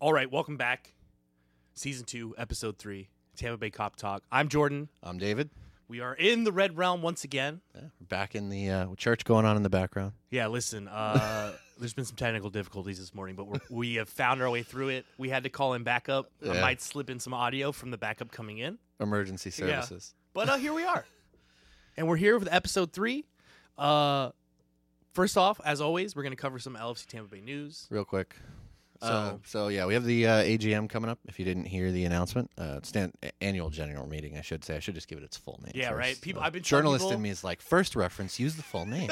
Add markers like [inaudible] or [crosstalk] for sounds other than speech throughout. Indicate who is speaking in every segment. Speaker 1: All right, welcome back. Season 2, Episode 3, Tampa Bay Cop Talk. I'm Jordan.
Speaker 2: I'm David.
Speaker 1: We are in the Red Realm once again.
Speaker 2: Yeah, we're back in the uh, church going on in the background.
Speaker 1: Yeah, listen,
Speaker 2: [laughs]
Speaker 1: uh, there's been some technical difficulties this morning, but we're, we have found our way through it. We had to call in backup. I
Speaker 2: Yeah.
Speaker 1: might slip in some audio from the backup coming in,
Speaker 2: Emergency services.
Speaker 1: but uh, here we
Speaker 2: [laughs]
Speaker 1: are. And we're here with Episode 3. Uh, first off, as always, we're going to cover some LFC Tampa Bay news.
Speaker 2: Real quick. So,
Speaker 1: Oh.
Speaker 2: so yeah, we have the uh, AGM coming up. If you didn't hear the announcement, uh, stand annual general meeting, I should say. I should just give it its full name.
Speaker 1: Yeah,
Speaker 2: first.
Speaker 1: right. People-
Speaker 2: Uh,
Speaker 1: I've been telling
Speaker 2: journalist
Speaker 1: people-
Speaker 2: in me is like first reference. Use the
Speaker 1: [laughs]
Speaker 2: full name.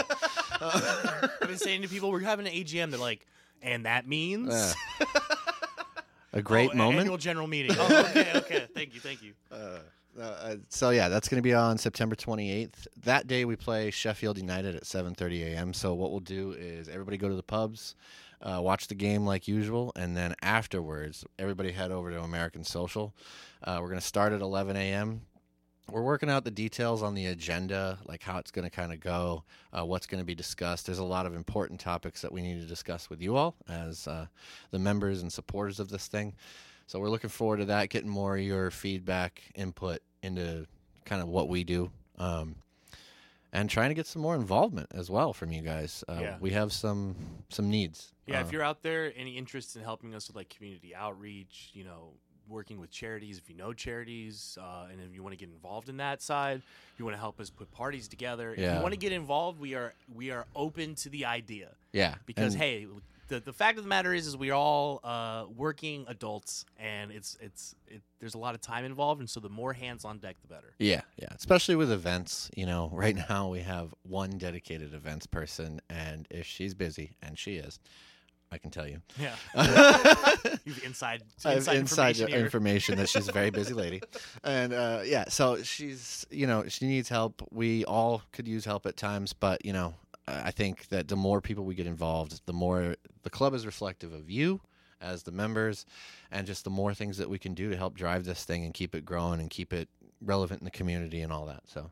Speaker 1: I've been saying to people, we're having an AGM. They're like, and that means.
Speaker 2: [laughs]
Speaker 1: [laughs]
Speaker 2: Yeah. a great
Speaker 1: Oh, a-
Speaker 2: moment.
Speaker 1: Annual general meeting. Oh, okay, okay. [laughs] Thank you, thank you.
Speaker 2: Uh, no, uh, so yeah, that's going to be on September 28th. That day we play Sheffield United at 7:30 a.m. So what we'll do is everybody go to the pubs, uh, watch the game like usual, and then afterwards everybody head over to American Social. Uh, we're going to start at 11 a.m. We're working out the details on the agenda, like how it's going to kind of go, uh, what's going to be discussed. There's a lot of important topics that we need to discuss with you all as uh, the members and supporters of this thing. So we're looking forward to that, getting more of your feedback, input into kind of what we do, um, and trying to get some more involvement as well from you guys. Uh,
Speaker 1: Yeah.
Speaker 2: We have some some needs.
Speaker 1: Yeah,
Speaker 2: Uh,
Speaker 1: if you're out there, any interest in helping us with like community outreach, you know, working with charities, if you know charities, uh, and if you want to get involved in that side, you want to help us put parties together. If
Speaker 2: Yeah.
Speaker 1: you want to get involved, we are we are open to the idea
Speaker 2: yeah,
Speaker 1: because
Speaker 2: and-
Speaker 1: hey. The, the fact of the matter is, is we're all uh, working adults, and it's it's it, there's a lot of time involved, and so the more hands on deck, the better.
Speaker 2: Yeah, yeah. Especially with events, you know, [laughs] right now we have one dedicated events person, and if she's busy, and she is, I can tell you,
Speaker 1: Yeah, [laughs]
Speaker 2: [laughs]
Speaker 1: you've inside
Speaker 2: I have
Speaker 1: inside,
Speaker 2: inside
Speaker 1: information
Speaker 2: information,
Speaker 1: here.
Speaker 2: that she's a very
Speaker 1: [laughs]
Speaker 2: busy lady, and uh, yeah, so she's you know she needs help. We all could use help at times, but you know I I think that the more people we get involved, the more the club is reflective of you as the members, and just the more things that we can do to help drive this thing and keep it growing and keep it relevant in the community and all that. So.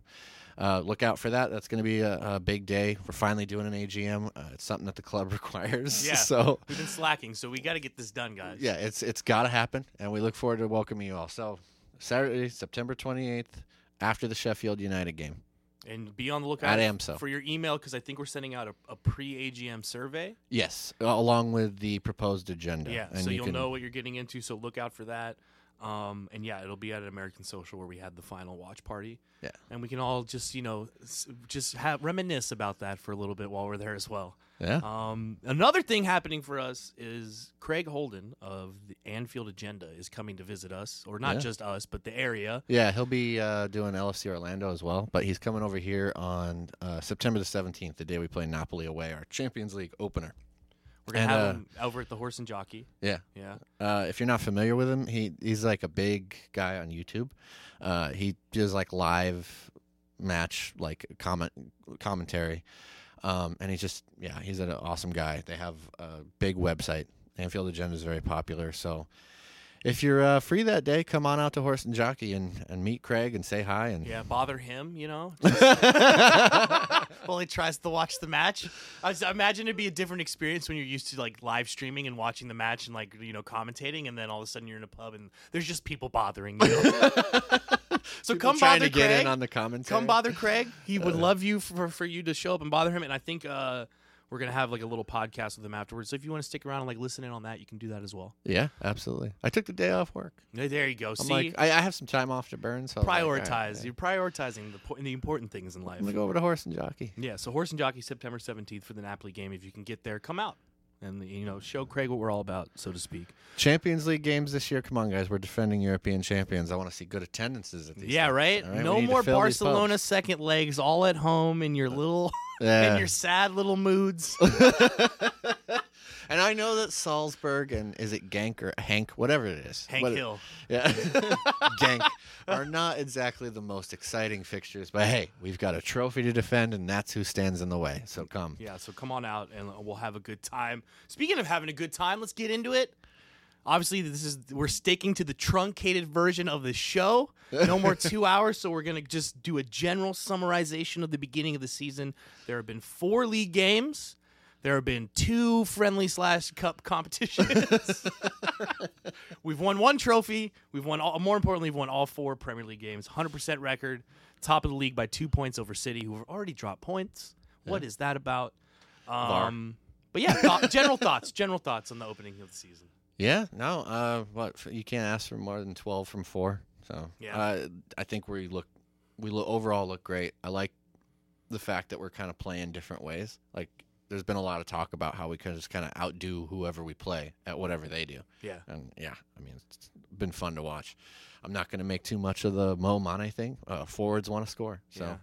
Speaker 2: Uh, look out for that. That's going to be a, a big day. We're finally doing an AGM. Uh, it's something that the club [laughs] requires.
Speaker 1: Yeah.
Speaker 2: So
Speaker 1: We've been slacking, so we got to get this done, guys.
Speaker 2: yeah, it's it's got to happen, and we look forward to welcoming you all. So Saturday, September twenty eighth, after the Sheffield United game.
Speaker 1: And be on the lookout
Speaker 2: At AMSO.
Speaker 1: for your email because I think we're sending out a, a pre AGM survey.
Speaker 2: Yes, along with the proposed agenda.
Speaker 1: Yeah.
Speaker 2: and
Speaker 1: so you'll
Speaker 2: can-
Speaker 1: know what you're getting into. So look out for that. Um, and yeah, it'll be at American Social where we had the final watch party.
Speaker 2: Yeah.
Speaker 1: And we can all just, you know, s- just have, reminisce about that for a little bit while we're there as well.
Speaker 2: Yeah,
Speaker 1: Um, another thing happening for us is Craig Holden of the Anfield Agenda is coming to visit us, or not
Speaker 2: Yeah.
Speaker 1: just us, but the area.
Speaker 2: yeah, he'll be uh, doing LFC Orlando as well, but he's coming over here on uh, September the seventeenth, the day we play Napoli away, our Champions League opener.
Speaker 1: We're going to
Speaker 2: And,
Speaker 1: have
Speaker 2: uh,
Speaker 1: him over at the Horse and Jockey.
Speaker 2: Yeah,
Speaker 1: Yeah.
Speaker 2: Uh, if you're not familiar with him, he he's like a big guy on YouTube. Uh, he does like live match like comment commentary, um, and he's just yeah he's an awesome guy. They have a big website. Anfield Agenda is very popular, so if you're uh, free that day, come on out to Horse and Jockey and, and meet Craig and say hi [laughs] and
Speaker 1: Yeah, bother him, you
Speaker 2: [laughs]
Speaker 1: know? Well, he tries to watch the match. I, was, I imagine it'd be a different experience when you're used to like live streaming and watching the match and like you know commentating, and then all of a sudden you're in a pub and there's just people bothering
Speaker 2: [laughs]
Speaker 1: you. so
Speaker 2: People
Speaker 1: come
Speaker 2: trying
Speaker 1: bother
Speaker 2: to get
Speaker 1: Craig.
Speaker 2: in on the commentary.
Speaker 1: come bother Craig. He would love you for for you to show up and bother him. And I think uh, we're gonna have like a little podcast with him afterwards. So if you want to stick around and like listen in on that, you can do that as well.
Speaker 2: Yeah, absolutely. I took the day off work.
Speaker 1: There- There you go.
Speaker 2: I'm
Speaker 1: See,
Speaker 2: like I, I have some time off to burn, so I'm like, all right,
Speaker 1: prioritize. You're prioritizing the po- the important things in life.
Speaker 2: I'm gonna go over to Horse and Jockey.
Speaker 1: Yeah, so Horse and Jockey September 17th for the Napoli game. If you can get there, come out and you know show Craig what we're all about, so to speak.
Speaker 2: Champions League games this year. Come on, guys. We're defending European champions. I want to see good attendances at these.
Speaker 1: yeah,
Speaker 2: things.
Speaker 1: right.
Speaker 2: All right, we
Speaker 1: No
Speaker 2: need to
Speaker 1: more
Speaker 2: fill these
Speaker 1: Barcelona
Speaker 2: pubs.
Speaker 1: second legs, all at home in your little in
Speaker 2: [laughs] Yeah.
Speaker 1: your sad little
Speaker 2: [laughs]
Speaker 1: moods.
Speaker 2: and I know that Salzburg and is it Gank or Hank, whatever it is,
Speaker 1: Hank
Speaker 2: what-
Speaker 1: Hill.
Speaker 2: [laughs] yeah, Gank, are not exactly the most exciting fixtures. But hey, we've got a trophy to defend, and that's who stands in the way. So come.
Speaker 1: Yeah, so come on out and we'll have a good time. Speaking of having a good time, let's get into it. Obviously, this is we're sticking to the truncated version of the show. No more two hours, so we're gonna just do a general summarization of the beginning of the season. There have been four league games. There have been two friendly slash cup competitions. [laughs] we've won one trophy. We've won all, more importantly, we've won all four Premier League games. 100% record, top of the league by two points over City, who have already dropped points. What is that about? Um, but yeah, thought, general thoughts. General thoughts on the opening of the season.
Speaker 2: Yeah, no. Uh, what f- you can't ask for more than twelve from four. So
Speaker 1: Yeah.
Speaker 2: uh, I think we look we look, overall look great. I like the fact that we're kind of playing different ways. Like there's been a lot of talk about how we can just kind of outdo whoever we play at whatever they do.
Speaker 1: Yeah.
Speaker 2: And yeah, I mean it's been fun to watch. I'm not going to make too much of the Mo Mane thing. Uh, forwards want to score, so
Speaker 1: Yeah.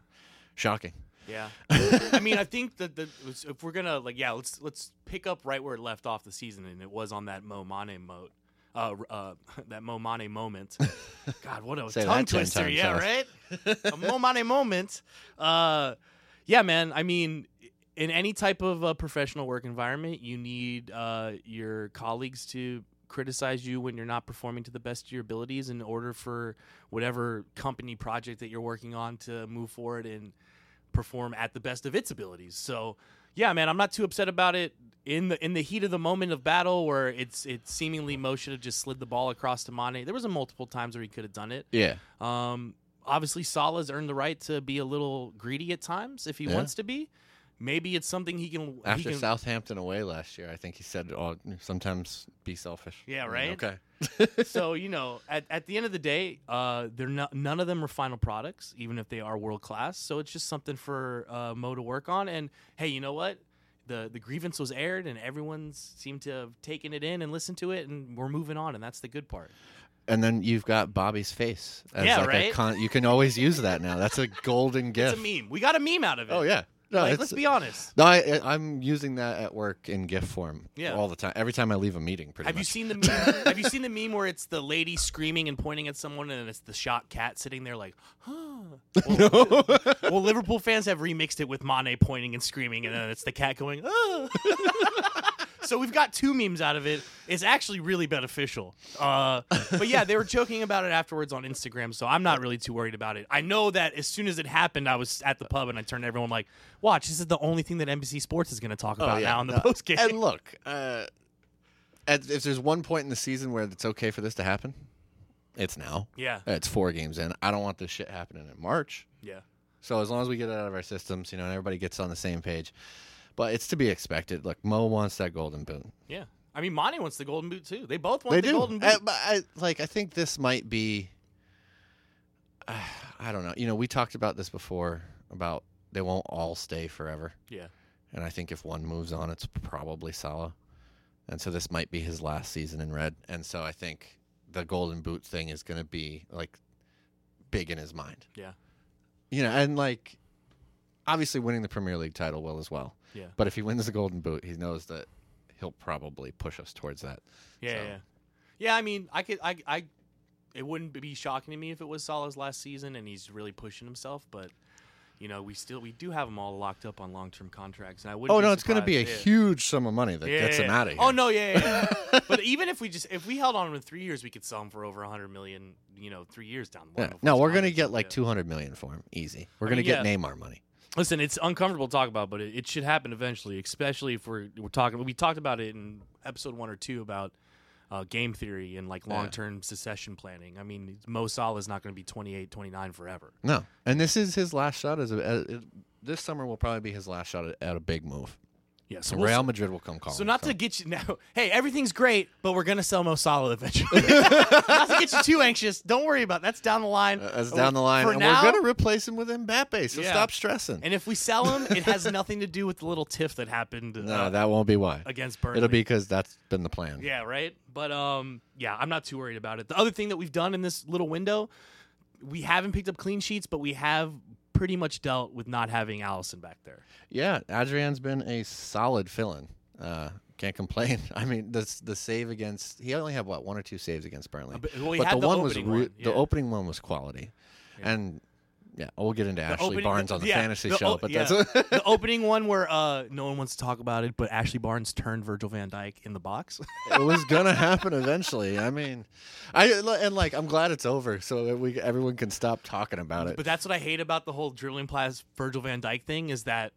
Speaker 2: shocking. [laughs]
Speaker 1: Yeah, I mean, I think that the if we're gonna like, yeah, let's let's pick up right where it left off the season, and it was on that Mo Mane moat, uh, uh, [laughs] that Mo Mane
Speaker 2: [laughs]
Speaker 1: moment. God, what a
Speaker 2: Say
Speaker 1: tongue
Speaker 2: that 10
Speaker 1: twister!
Speaker 2: times
Speaker 1: yeah, right. a Mo
Speaker 2: [laughs]
Speaker 1: Mane moment. Uh, yeah, man. I mean, in any type of uh, professional work environment, you need uh, your colleagues to criticize you when you're not performing to the best of your abilities in order for whatever company project that you're working on to move forward and perform at the best of its abilities. So, yeah, man, I'm not too upset about it. In the in the heat of the moment of battle, where it's it seemingly Mo should have just slid the ball across to Mane. There was a multiple times where he could have done it.
Speaker 2: Yeah,
Speaker 1: Um, obviously, Salah's earned the right to be a little greedy at times if he
Speaker 2: Yeah.
Speaker 1: wants to be. Maybe it's something he can. he
Speaker 2: after
Speaker 1: can-
Speaker 2: Southampton away last year, I think he said, "Oh, sometimes be selfish."
Speaker 1: Yeah,
Speaker 2: I mean,
Speaker 1: right?
Speaker 2: Okay.
Speaker 1: so you know, at, at the end of the day, uh, they're not, none of them are final products, even if they are world class. So it's just something for uh, Mo to work on. And hey, you know what? The the grievance was aired, and everyone seemed to have taken it in and listened to it, and we're moving on, and that's the good part.
Speaker 2: And then you've got Bobby's face. As
Speaker 1: Yeah,
Speaker 2: like a
Speaker 1: right?
Speaker 2: con- you can always use that now. That's a golden gift.
Speaker 1: It's a meme. We got a meme out of it.
Speaker 2: Oh yeah. No,
Speaker 1: Like,
Speaker 2: it's-
Speaker 1: let's be honest.
Speaker 2: no, I, I- I'm using that at work in GIF form.
Speaker 1: Yeah.
Speaker 2: All the time. Every time I leave a meeting, pretty
Speaker 1: Have you
Speaker 2: much.
Speaker 1: seen the
Speaker 2: [laughs]
Speaker 1: meme? have you seen the meme where it's the lady screaming and pointing at someone, and it's the shocked cat sitting there like,
Speaker 2: [laughs]
Speaker 1: huh? Well, well, Liverpool fans have remixed it with Mane pointing and screaming, and then it's the cat going, ah. [laughs] so we've got two memes out of it. It's actually really beneficial. Uh, but yeah, they were joking about it afterwards on Instagram, so I'm not really too worried about it. I know that as soon as it happened, I was at the pub and I turned to everyone like, watch, this is the only thing that NBC Sports is going to talk about
Speaker 2: Oh, yeah.
Speaker 1: now in the
Speaker 2: No.
Speaker 1: post game.
Speaker 2: and look, uh, at, if there's one point in the season where it's okay for this to happen, it's now.
Speaker 1: [laughs] yeah,
Speaker 2: It's four games in. I don't want this shit happening in March.
Speaker 1: yeah.
Speaker 2: So as long as we get it out of our systems, you know, and everybody gets on the same page. But it's to be expected. Look, Mo wants that golden boot.
Speaker 1: Yeah. I mean, Monty wants the golden boot too. They both want
Speaker 2: they
Speaker 1: the
Speaker 2: do.
Speaker 1: golden boot.
Speaker 2: I, but I, like I think this might be. [sighs] I don't know. You know, we talked about this before about they won't all stay forever,
Speaker 1: yeah.
Speaker 2: and I think if one moves on, it's probably Salah, and so this might be his last season in red, and so I think the Golden Boot thing is going to be like big in his mind.
Speaker 1: Yeah.
Speaker 2: You know, and like obviously winning the Premier League title will as well,
Speaker 1: Yeah.
Speaker 2: but if he wins the Golden Boot, he knows that he'll probably push us towards that.
Speaker 1: Yeah.
Speaker 2: So-
Speaker 1: Yeah. Yeah. I mean, I could, I, I, it wouldn't be shocking to me if it was Salah's last season and he's really pushing himself, but. You know, we still we do have them all locked up on long term contracts, and I wouldn't.
Speaker 2: Oh no,
Speaker 1: be
Speaker 2: it's going to be a
Speaker 1: surprised. Yeah.
Speaker 2: huge sum of money that
Speaker 1: Yeah,
Speaker 2: gets
Speaker 1: yeah,
Speaker 2: him
Speaker 1: yeah.
Speaker 2: out of here.
Speaker 1: Oh no, yeah, yeah.
Speaker 2: [laughs]
Speaker 1: yeah. but even if we just if we held on with three years, we could sell him for over hundred million. You know, three years down the
Speaker 2: Yeah.
Speaker 1: line. before
Speaker 2: No,
Speaker 1: his
Speaker 2: we're going to
Speaker 1: contract's
Speaker 2: get
Speaker 1: up,
Speaker 2: like
Speaker 1: yeah.
Speaker 2: two hundred million for him, easy. We're
Speaker 1: I
Speaker 2: going to
Speaker 1: mean,
Speaker 2: get
Speaker 1: yeah.
Speaker 2: Neymar money.
Speaker 1: Listen, it's uncomfortable to talk about, but it, it should happen eventually, especially if we're we're talking. We talked about it in episode one or two about uh, game theory and like long term succession planning. I mean, Mo Salah is not going to be 28, 29 forever.
Speaker 2: No, and this is his last shot. As a, as- it- this summer will probably be his last shot at, at a big move.
Speaker 1: Yeah, so
Speaker 2: So Real Madrid will come calling.
Speaker 1: So not to get you [laughs] now. Hey, everything's great, but we're gonna sell Mo Salah
Speaker 2: [laughs]
Speaker 1: eventually. not to get you too anxious. Don't worry about it. that's down the line.
Speaker 2: as
Speaker 1: Uh,
Speaker 2: down the line,
Speaker 1: for
Speaker 2: and
Speaker 1: now-
Speaker 2: we're going to replace him with Mbappe. So
Speaker 1: Yeah.
Speaker 2: stop stressing.
Speaker 1: And if we sell him, it has nothing to do with the little tiff that happened
Speaker 2: [laughs] no,
Speaker 1: uh,
Speaker 2: that won't be why.
Speaker 1: against Burnley.
Speaker 2: It'll be because that's been the plan.
Speaker 1: Yeah, right. But um, yeah, I'm not too worried about it. The other thing that we've done in this little window, we haven't picked up clean sheets, but we have pretty much dealt with not having Allison back there.
Speaker 2: Yeah, Adrian's been a solid fill-in. Uh, can't complain. [laughs] I mean, the the save against he only had what one or two saves against Burnley.
Speaker 1: but- well, he
Speaker 2: but
Speaker 1: had
Speaker 2: the,
Speaker 1: the
Speaker 2: one was
Speaker 1: opening one, yeah.
Speaker 2: the opening one was quality, and yeah, oh, we'll get into Ashley
Speaker 1: opening- [laughs]
Speaker 2: Barnes on the
Speaker 1: yeah,
Speaker 2: fantasy
Speaker 1: the
Speaker 2: show,
Speaker 1: o-
Speaker 2: but
Speaker 1: yeah.
Speaker 2: that's [laughs]
Speaker 1: the opening one where uh, no one wants to talk about it, but Ashley Barnes turned Virgil Van Dyke in the box.
Speaker 2: it was gonna happen eventually. I mean, I and like I'm glad it's over so that we everyone can stop talking about it.
Speaker 1: but that's what I hate about the whole dribbling past Virgil Van Dyke thing is that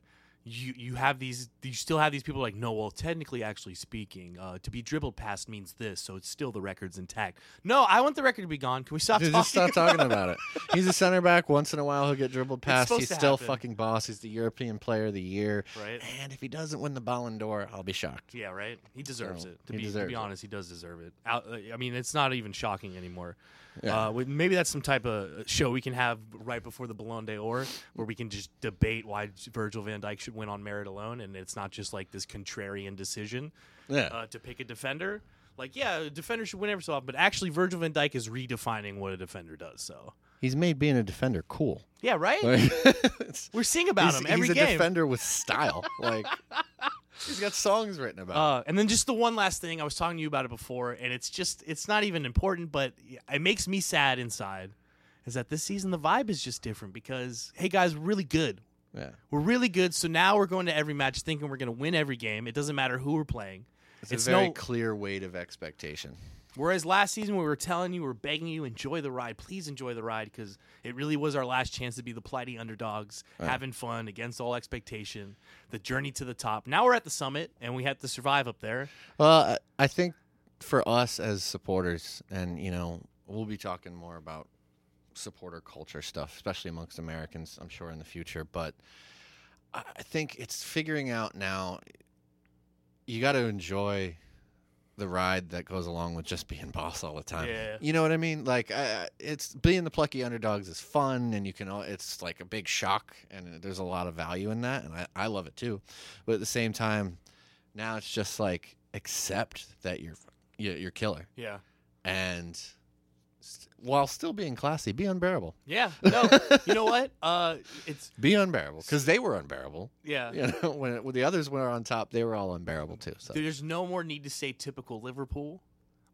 Speaker 1: you you have these you still have these people like no well technically actually speaking uh, to be dribbled past means this so it's still the record's intact no i want the record to be gone can we stop
Speaker 2: Dude,
Speaker 1: talking
Speaker 2: [laughs] just stop talking
Speaker 1: [laughs]
Speaker 2: about it. He's a center back. Once in a while, he'll get dribbled past.
Speaker 1: supposed
Speaker 2: He's
Speaker 1: to
Speaker 2: still
Speaker 1: happen.
Speaker 2: fucking boss. He's the European Player of the Year.
Speaker 1: Right.
Speaker 2: And if he doesn't win the Ballon d'Or, I'll be shocked.
Speaker 1: yeah right he deserves
Speaker 2: No,
Speaker 1: it to
Speaker 2: he
Speaker 1: be to
Speaker 2: deserves
Speaker 1: be
Speaker 2: it.
Speaker 1: honest he does deserve it Out, uh, i mean it's not even shocking anymore
Speaker 2: Yeah.
Speaker 1: uh, we- maybe that's some type of uh, show we can have right before the Ballon d'Or where we can just debate why Virgil van Dijk should win on merit alone and it's not just like this contrarian decision
Speaker 2: Yeah.
Speaker 1: uh, to pick a defender. Like, yeah, a defender should win every so often, but actually, Virgil van Dijk is redefining what a defender does. So,
Speaker 2: he's made being a defender cool.
Speaker 1: yeah, right?
Speaker 2: Like, [laughs] it's-
Speaker 1: We're seeing about
Speaker 2: he's,
Speaker 1: him every
Speaker 2: he's a
Speaker 1: game.
Speaker 2: defender with style. Like [laughs] he's got songs written about. him.
Speaker 1: uh, and then just the one last thing, I was talking to you about it before, and it's just, it's not even important, but it makes me sad inside is that this season the vibe is just different because, hey guys, we're really good.
Speaker 2: yeah.
Speaker 1: We're really good. So now we're going to every match thinking we're going to win every game. It doesn't matter who we're playing.
Speaker 2: It's,
Speaker 1: it's
Speaker 2: a very
Speaker 1: no-
Speaker 2: clear weight of expectation.
Speaker 1: Whereas last season we were telling you, we were begging you, enjoy the ride. Please enjoy the ride because it really was our last chance to be the plighty underdogs, having fun against all expectation, the journey to the top. Now we're at the summit and we have to survive up there.
Speaker 2: Well, I I think for us as supporters, and you know, we'll be talking more about supporter culture stuff, especially amongst Americans, I'm sure in the future. But I I think it's figuring out now. You got to enjoy the ride that goes along with just being boss all the time.
Speaker 1: Yeah.
Speaker 2: You know what I mean? Like, I, I- it's being the plucky underdogs is fun, and you can. al- It's like a big shock, and uh, there's a lot of value in that, and I, I love it too. But at the same time, now it's just like accept that you're you're you're killer,
Speaker 1: Yeah.
Speaker 2: and st- while still being classy, be unbearable.
Speaker 1: Yeah. No, you know what? [laughs] Uh, it's,
Speaker 2: Be unbearable because they were unbearable.
Speaker 1: yeah.
Speaker 2: You know, [laughs] when, it, when the others were on top, they were all unbearable too. So
Speaker 1: There's no more need to say typical Liverpool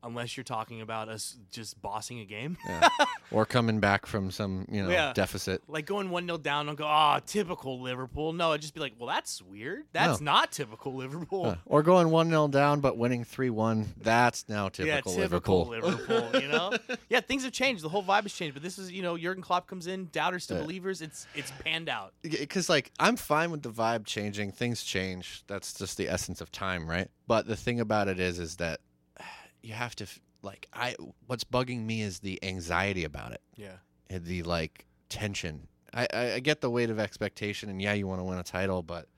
Speaker 1: unless you're talking about us just bossing a game. [laughs]
Speaker 2: or coming back from some you know
Speaker 1: Yeah.
Speaker 2: deficit.
Speaker 1: Like going 1 0 down and go, ah, typical Liverpool. No, I'd just be like, well, that's weird. That's not typical Liverpool.
Speaker 2: Uh, or going 1 0 down but winning 3 1. That's now typical,
Speaker 1: yeah, typical
Speaker 2: Liverpool.
Speaker 1: Liverpool.
Speaker 2: [laughs]
Speaker 1: you know, yeah, things have changed. The whole vibe has changed. But this is, you know, Jurgen Klopp comes in, doubters to
Speaker 2: Yeah.
Speaker 1: believers. It's it's panned out.
Speaker 2: Because, like, I'm fine with the vibe changing. Things change. That's just the essence of time, right? But the thing about it is, is that [sighs] you have to, f- like, I what's bugging me is the anxiety about it,
Speaker 1: Yeah,
Speaker 2: and the, like, tension. I, I, I get the weight of expectation, and yeah, you want to win a title, but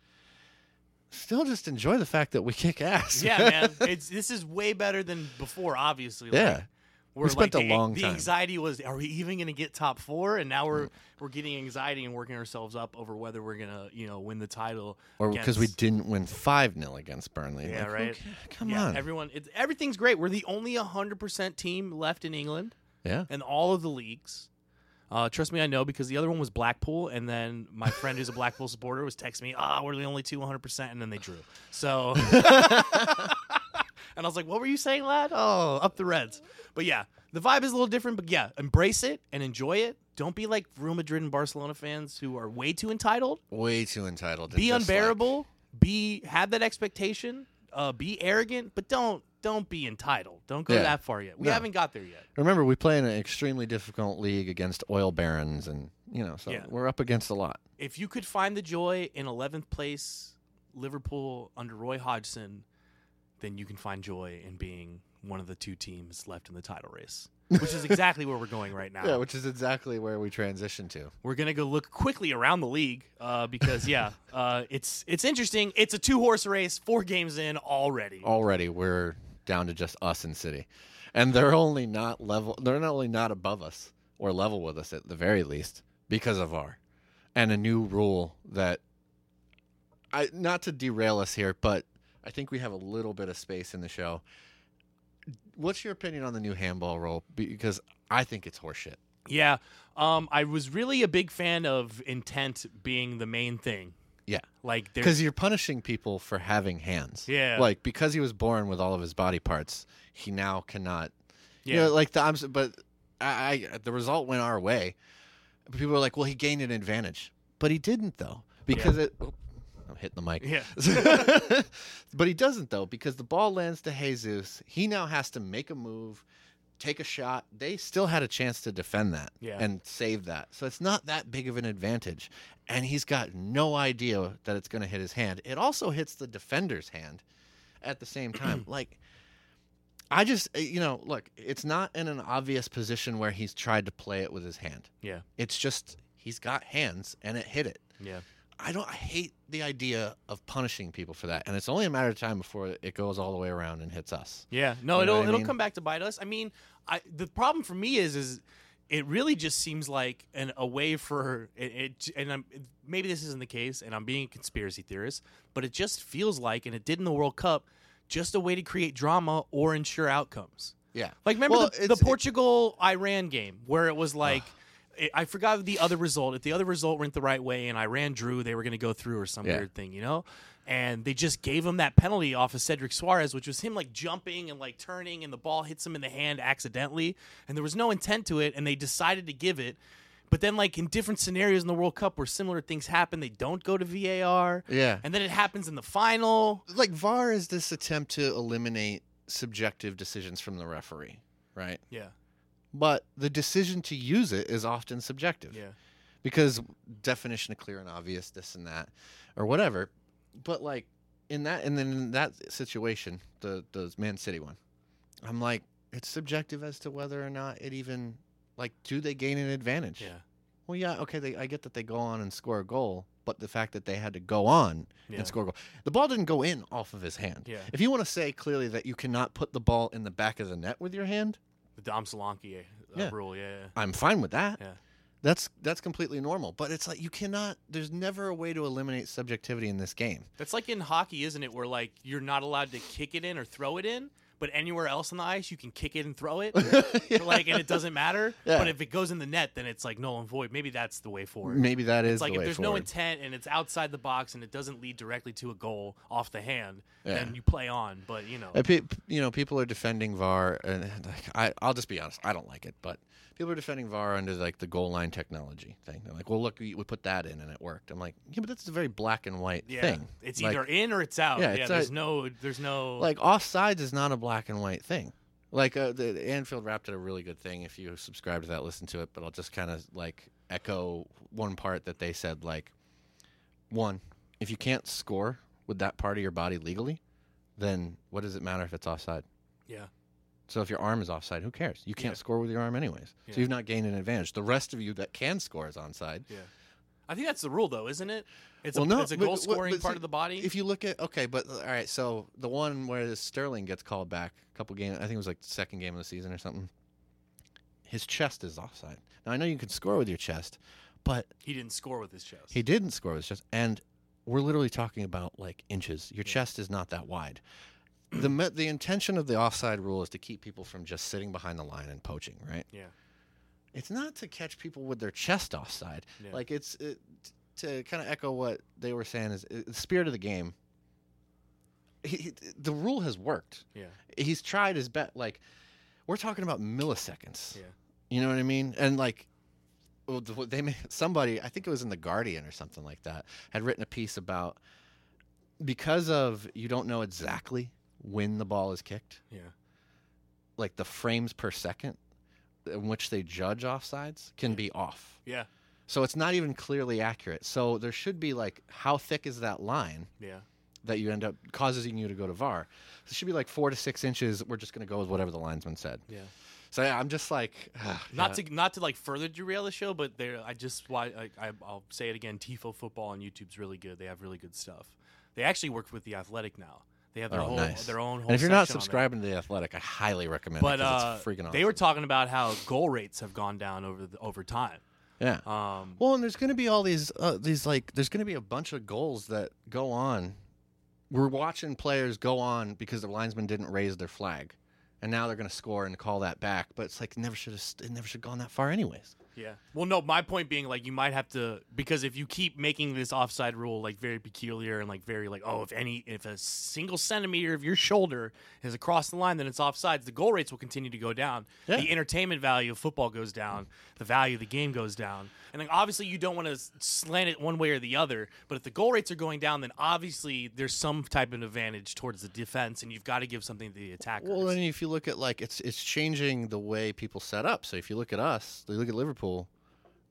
Speaker 2: still just enjoy the fact that we kick ass. [laughs]
Speaker 1: yeah, man. It's this is way better than before. Obviously,
Speaker 2: yeah.
Speaker 1: Like, we're
Speaker 2: spent
Speaker 1: like,
Speaker 2: a
Speaker 1: the,
Speaker 2: long
Speaker 1: the
Speaker 2: time. Mm.
Speaker 1: anxiety was: Are we even going to get top four? And now we're we're getting anxiety and working ourselves up over whether we're gonna, you know, win the title
Speaker 2: or because we
Speaker 1: against-
Speaker 2: didn't win 5 0 against Burnley.
Speaker 1: Yeah,
Speaker 2: Like, who
Speaker 1: right.
Speaker 2: ca- Come
Speaker 1: yeah,
Speaker 2: on.
Speaker 1: everyone. It's, everything's great. We're the only 100% team left in England.
Speaker 2: yeah.
Speaker 1: in all of the leagues. Uh, trust me, I know because the other one was Blackpool, and then my friend who's a Blackpool supporter was texting me, "Ah, we're the only two 100 percent," and then they drew. So, [laughs] and I was like, "What were you saying, lad? Oh, up the Reds." But yeah, the vibe is a little different. But yeah, embrace it and enjoy it. Don't be like Real Madrid and Barcelona fans who are way too entitled.
Speaker 2: way too entitled. and
Speaker 1: Be
Speaker 2: just, like,
Speaker 1: unbearable. Be have that expectation. Uh, be arrogant, but don't don't be entitled. Don't go
Speaker 2: Yeah.
Speaker 1: that far yet. We
Speaker 2: No.
Speaker 1: haven't got there yet.
Speaker 2: remember, we play in an extremely difficult league against oil barons, and you know, so
Speaker 1: Yeah.
Speaker 2: we're up against a lot.
Speaker 1: if you could find the joy in 11th place Liverpool under Roy Hodgson, then you can find joy in being one of the two teams left in the title race, which is exactly where we're going right now.
Speaker 2: [laughs] Yeah, which is exactly where we transition to.
Speaker 1: we're gonna go look quickly around the league uh, because
Speaker 2: [laughs]
Speaker 1: yeah, uh, it's it's interesting. It's a two horse race, four games in already.
Speaker 2: Already, we're down to just us and City, and they're only not level. They're not only not above us or level with us at the very least because of our and a new rule that I not to derail us here, but I think we have a little bit of space in the show. What's your opinion on the new handball rule? Because I think it's horseshit.
Speaker 1: Yeah, um, I was really a big fan of intent being the main thing.
Speaker 2: Yeah.
Speaker 1: like there's
Speaker 2: Because you're punishing people for having hands.
Speaker 1: Yeah.
Speaker 2: Like because he was born with all of his body parts, he now cannot.
Speaker 1: yeah.
Speaker 2: You know, like the I'm, s- but I, I the result went our way. People were like, "Well, he gained an advantage," but he didn't though because it. oop, I'm hitting the mic.
Speaker 1: Yeah.
Speaker 2: [laughs] but he doesn't though because the ball lands to Jesus. He now has to make a move, take a shot. They still had a chance to defend that
Speaker 1: Yeah.
Speaker 2: and save that. So it's not that big of an advantage. And he's got no idea that it's going to hit his hand. It also hits the defender's hand at the
Speaker 1: [clears throat]
Speaker 2: same time. like, I just, eh, you know, look, it's not in an obvious position where he's tried to play it with his hand.
Speaker 1: Yeah.
Speaker 2: It's just he's got hands and it hit it.
Speaker 1: Yeah.
Speaker 2: I don't I hate the idea of punishing people for that, and it's only a matter of time before it goes all the way around and hits us.
Speaker 1: Yeah. No,
Speaker 2: You know
Speaker 1: it'll
Speaker 2: what I
Speaker 1: it'll
Speaker 2: mean?
Speaker 1: come back to bite us. I mean, I the problem for me is is it really just seems like an a way for it, it and I'm, maybe this isn't the case and I'm being a conspiracy theorist, but it just feels like and it did in the World Cup just a way to create drama or ensure outcomes.
Speaker 2: Yeah,
Speaker 1: Like remember
Speaker 2: Well,
Speaker 1: the, the
Speaker 2: it's-
Speaker 1: Portugal Iran game where it was like I- I forgot the other result. If the other result went the right way and Iran drew, they were going to go through or some
Speaker 2: Yeah.
Speaker 1: weird thing, you know. And they just gave him that penalty off of Cedric Suarez, which was him like jumping and like turning, and the ball hits him in the hand accidentally, and there was no intent to it, and they decided to give it. But then, like in different scenarios in the World Cup where similar things happen, they don't go to VAR,
Speaker 2: yeah.
Speaker 1: and then it happens in the final.
Speaker 2: like VAR is this attempt to eliminate subjective decisions from the referee, right?
Speaker 1: Yeah,
Speaker 2: But the decision to use it is often subjective
Speaker 1: yeah,
Speaker 2: because definition of clear and obvious, this and that, or whatever. But like in that, and then in that situation, the the Man City one, I'm like, it's subjective as to whether or not it even like do they gain an advantage?
Speaker 1: yeah.
Speaker 2: Well, yeah, okay. They, I get that they go on and score a goal, but the fact that they had to go on
Speaker 1: Yeah.
Speaker 2: and score a goal, the ball didn't go in off of his hand.
Speaker 1: Yeah.
Speaker 2: If you want to say clearly that you cannot put the ball in the back of the net with your hand,
Speaker 1: The Dom Solanke uh,
Speaker 2: Yeah.
Speaker 1: rule, yeah, yeah.
Speaker 2: I'm fine with that.
Speaker 1: Yeah.
Speaker 2: That's that's completely normal. But it's like you cannot. There's never a way to eliminate subjectivity in this game.
Speaker 1: That's like in hockey, isn't it? Where like you're not allowed to kick it in or throw it in, but anywhere else on the ice you can kick it and throw it.
Speaker 2: [laughs] Yeah.
Speaker 1: Like and it doesn't matter.
Speaker 2: Yeah.
Speaker 1: But if it goes in the net, then it's like null and void. Maybe that's the way forward.
Speaker 2: Maybe that is
Speaker 1: it's like
Speaker 2: the
Speaker 1: if
Speaker 2: way
Speaker 1: there's no
Speaker 2: forward.
Speaker 1: intent and it's outside the box and it doesn't lead directly to a goal off the hand,
Speaker 2: Yeah.
Speaker 1: then you play on. But you know,
Speaker 2: Uh, pe- you know, people are defending VAR, and like, I, I'll just be honest, I don't like it. But people are defending VAR under like the goal line technology thing. They're like, "Well, look, we, we put that in, and it worked." I'm like, "Yeah, but that's a very black and white
Speaker 1: yeah,
Speaker 2: thing.
Speaker 1: it's
Speaker 2: Like-
Speaker 1: either in or it's out.
Speaker 2: Yeah,
Speaker 1: Yeah,
Speaker 2: it's
Speaker 1: there's
Speaker 2: a-
Speaker 1: no, there's no.
Speaker 2: like offsides is not a black and white thing. Like uh, the, the Anfield Rap did a really good thing. If you subscribe to that, listen to it. But I'll just kind of like echo one part that they said. Like, one, if you can't score with that part of your body legally, then what does it matter if it's offside?
Speaker 1: yeah,
Speaker 2: So if your arm is offside, who cares? You can't
Speaker 1: Yeah.
Speaker 2: score with your arm anyways.
Speaker 1: Yeah.
Speaker 2: So you've not gained an advantage. The rest of you that can score is onside.
Speaker 1: yeah. I think that's the rule though, isn't it? It's
Speaker 2: Well,
Speaker 1: a,
Speaker 2: no,
Speaker 1: it's a
Speaker 2: but-
Speaker 1: goal
Speaker 2: but-
Speaker 1: scoring
Speaker 2: but
Speaker 1: part
Speaker 2: see,
Speaker 1: of the body.
Speaker 2: If you look at okay, but all right, so the one where Sterling gets called back a couple games, I think it was like the second game of the season or something. His chest is offside. Now I know you can score with your chest, but
Speaker 1: he didn't score with his chest.
Speaker 2: he didn't score with his chest, and we're literally talking about like inches. Your chest is not that wide. The me- the intention of the offside rule is to keep people from just sitting behind the line and poaching, right?
Speaker 1: Yeah.
Speaker 2: it's not to catch people with their chest offside.
Speaker 1: Yeah.
Speaker 2: Like it's it, to kind of echo what they were saying is uh, the spirit of the game. He, he- the rule has worked.
Speaker 1: Yeah.
Speaker 2: He's tried his best. Like we're talking about milliseconds.
Speaker 1: Yeah.
Speaker 2: You know what I mean? And like well, the- they made, somebody I think it was in the Guardian or something like that had written a piece about because of you don't know exactly when the ball is kicked
Speaker 1: Yeah.
Speaker 2: like the frames per second in which they judge offsides can be off.
Speaker 1: Yeah.
Speaker 2: So it's not even clearly accurate. So there should be like how thick is that line
Speaker 1: Yeah.
Speaker 2: that you end up causing you to go to VAR? It should be like four to six inches. We're just going to go with whatever the linesman said.
Speaker 1: Yeah.
Speaker 2: So yeah, I'm just like, [sighs] ah,
Speaker 1: Not
Speaker 2: yeah.
Speaker 1: to not to like further derail the show, but there I just why I, I I'll say it again. Tifo football on YouTube's really good. They have really good stuff. They actually worked with the Athletic now. They have their
Speaker 2: Oh,
Speaker 1: whole
Speaker 2: nice.
Speaker 1: their own. Whole
Speaker 2: And if you're not
Speaker 1: section on there.
Speaker 2: subscribing to the Athletic, I highly recommend
Speaker 1: but
Speaker 2: it. 'cause
Speaker 1: uh,
Speaker 2: it's freaking awesome.
Speaker 1: they were talking about how goal rates have gone down over the, over time.
Speaker 2: yeah.
Speaker 1: Um,
Speaker 2: Well, and there's going to be all these uh, these like there's going to be a bunch of goals that go on. We're watching players go on because the linesman didn't raise their flag, and now they're going to score and call that back. But it's like never should have it never should have gone that far anyways.
Speaker 1: Yeah. Well, no, my point being like you might have to because if you keep making this offside rule like very peculiar and like very like oh if any if a single centimeter of your shoulder is across the line then it's offsides the goal rates will continue to go down.
Speaker 2: Yeah.
Speaker 1: The entertainment value of football goes down. The value of the game goes down. And like obviously you don't want to slant it one way or the other, but if the goal rates are going down then obviously there's some type of advantage towards the defense and you've got to give something to the attackers.
Speaker 2: Well, and if you look at like it's it's changing the way people set up. So if you look at us, you look at Liverpool.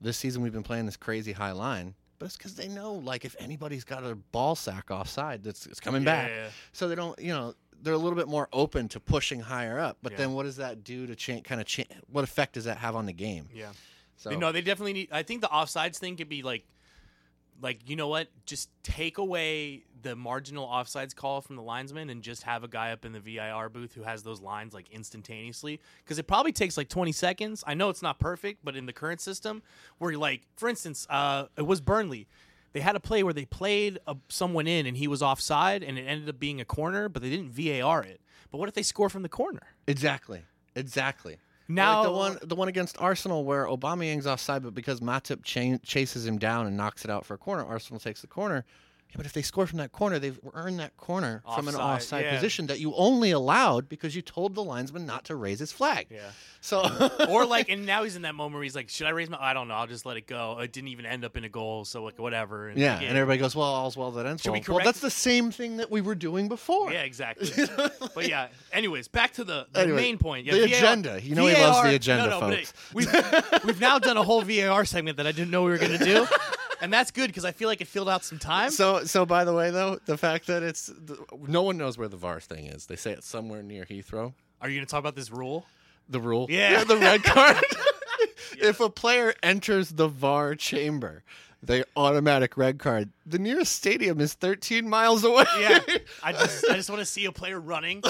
Speaker 2: This season we've been playing this crazy high line, but it's because they know like if anybody's got a ball sack offside, that's it's coming back.
Speaker 1: Yeah.
Speaker 2: So they don't, you know, they're a little bit more open to pushing higher up. But
Speaker 1: Yeah.
Speaker 2: then what does that do to change? Kind of cha- what effect does that have on the game?
Speaker 1: Yeah.
Speaker 2: So
Speaker 1: No, they definitely need. I think the offsides thing could be like, like you know what? Just take away the marginal offsides call from the linesman and just have a guy up in the VIR booth who has those lines like instantaneously because it probably takes like 20 seconds. I know it's not perfect, but in the current system, where like for instance, uh, it was Burnley. They had a play where they played a, someone in and he was offside and it ended up being a corner, but they didn't VAR it. But what if they score from the corner?
Speaker 2: exactly, exactly.
Speaker 1: Now
Speaker 2: like the one the one against Arsenal where Aubameyang's offside, but because Matip cha- chases him down and knocks it out for a corner, Arsenal takes the corner. Yeah, but if they score from that corner, they've earned that corner from an
Speaker 1: Offside,
Speaker 2: offside
Speaker 1: yeah.
Speaker 2: position that you only allowed because you told the linesman not to raise his flag.
Speaker 1: Yeah.
Speaker 2: So
Speaker 1: or like, and now he's in that moment where he's like, "Should I raise my? I don't know. I'll just let it go. It didn't even end up in a goal, so like whatever." And
Speaker 2: [laughs] yeah,
Speaker 1: like,
Speaker 2: and everybody goes, "Well, all's well that ends
Speaker 1: Should we
Speaker 2: well." Well,
Speaker 1: correct-
Speaker 2: that's the same thing that we were doing before.
Speaker 1: yeah,
Speaker 2: [laughs]
Speaker 1: exactly. but yeah, anyways, back to the, the
Speaker 2: Anyway,
Speaker 1: main point. Yeah,
Speaker 2: the
Speaker 1: VAR
Speaker 2: agenda. You know he loves the
Speaker 1: VAR
Speaker 2: agenda,
Speaker 1: no, no, but
Speaker 2: folks.
Speaker 1: it- we've, we've now done a whole VAR segment that I didn't know we were gonna do, and that's good because I feel like it filled out some time.
Speaker 2: So, so by the way, though, the fact that it's the, no one knows where the VAR thing is. They say it's somewhere near Heathrow.
Speaker 1: Are you gonna talk about this rule?
Speaker 2: The rule.
Speaker 1: Yeah.
Speaker 2: the
Speaker 1: [laughs]
Speaker 2: red card. [laughs] If a player enters the VAR chamber, they automatic red card. The nearest stadium is 13 miles away.
Speaker 1: Yeah, [laughs] I just I just want to see a player
Speaker 2: [laughs]
Speaker 1: running.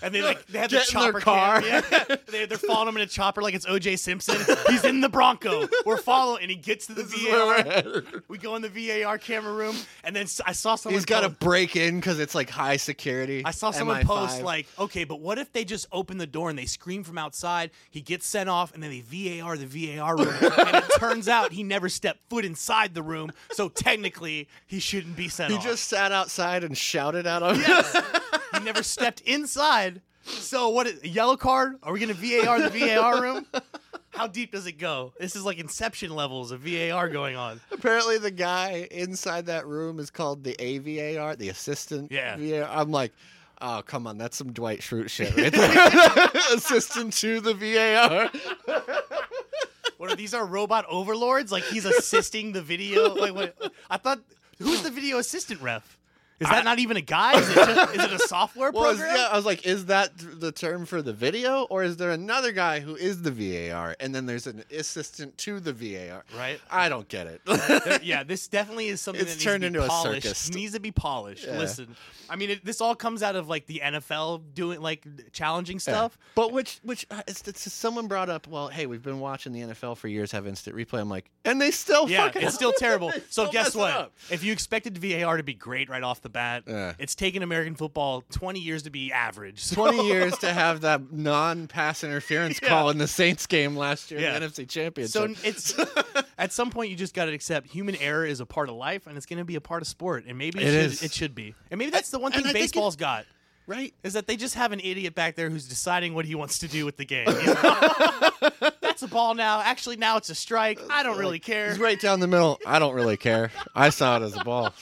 Speaker 1: And they like they have
Speaker 2: Get
Speaker 1: the
Speaker 2: in
Speaker 1: chopper
Speaker 2: their car.
Speaker 1: Cam. Yeah. They, they're following him in a chopper like it's OJ Simpson. He's in the Bronco. We're following, and he gets to the
Speaker 2: [laughs] This is where we're
Speaker 1: VAR.
Speaker 2: at.
Speaker 1: We go in the VAR camera room, and then s- I saw someone.
Speaker 2: He's got to
Speaker 1: post,
Speaker 2: break in because it's like high security.
Speaker 1: I saw someone
Speaker 2: MI5.
Speaker 1: post like, okay, but what if they just open the door and they scream from outside? He gets sent off, and then they VAR the VAR
Speaker 2: [laughs]
Speaker 1: room, and it turns out he never stepped foot inside the room, so technically he shouldn't be sent
Speaker 2: he
Speaker 1: off.
Speaker 2: just sat outside and shouted at him.
Speaker 1: [laughs] Yes. he never stepped inside. So what? Is, a yellow card? Are we going to VAR the VAR room? How deep does it go? This is like inception levels of VAR going on.
Speaker 2: [laughs] Apparently, the guy inside that room is called the AVAR, the assistant.
Speaker 1: Yeah.
Speaker 2: VAR. I'm like, oh come on, that's some Dwight Schrute
Speaker 1: [laughs]
Speaker 2: shit right there. [laughs] assistant to the VAR.
Speaker 1: What are these? Are robot overlords? Like he's assisting the video? Like what? I thought who's the video assistant ref? Is that not even a guy? Is it, just, is it a software
Speaker 2: Well, is,
Speaker 1: program?
Speaker 2: yeah, I was like, is that th- the term for the video, or is there another guy who is the VAR, and then there's an assistant to the VAR?
Speaker 1: Right.
Speaker 2: I don't get it.
Speaker 1: There- yeah, this definitely is something
Speaker 2: It's
Speaker 1: that needs
Speaker 2: turned
Speaker 1: to be
Speaker 2: into a
Speaker 1: polished.
Speaker 2: circus.
Speaker 1: Needs to be polished.
Speaker 2: Yeah.
Speaker 1: Listen, I mean, it, this all comes out of like the NFL doing like challenging
Speaker 2: [laughs]
Speaker 1: stuff.
Speaker 2: But which, which, uh, it's, it's just someone brought up. Well, hey, we've been watching the NFL for years, have instant replay. I'm like, and they still
Speaker 1: Yeah,
Speaker 2: fucking
Speaker 1: it's
Speaker 2: [laughs]
Speaker 1: still terrible.
Speaker 2: They
Speaker 1: so
Speaker 2: still mess
Speaker 1: guess
Speaker 2: it
Speaker 1: what?
Speaker 2: up.
Speaker 1: If you expected VAR to be great right off the bat,
Speaker 2: Yeah.
Speaker 1: it's taken American football 20 years to be average. [laughs] So-
Speaker 2: 20 [laughs] years to have that non-pass interference
Speaker 1: [laughs] Yeah.
Speaker 2: call in the Saints game last year, in
Speaker 1: Yeah.
Speaker 2: the NFC Championship.
Speaker 1: So
Speaker 2: [laughs]
Speaker 1: it's at some point you just got to accept human error is a part of life and it's going to be a part of sport and maybe it,
Speaker 2: It
Speaker 1: should,
Speaker 2: is.
Speaker 1: it should be. And maybe that's the one
Speaker 2: And
Speaker 1: thing
Speaker 2: I think it-
Speaker 1: baseball's got
Speaker 2: right?
Speaker 1: is that they just have an idiot back there who's deciding what he wants to do with the game. you
Speaker 2: [laughs]
Speaker 1: know? that's a ball now. Actually, now it's a strike. I don't really care.
Speaker 2: It's right down the middle. I don't really care. I saw it as a ball.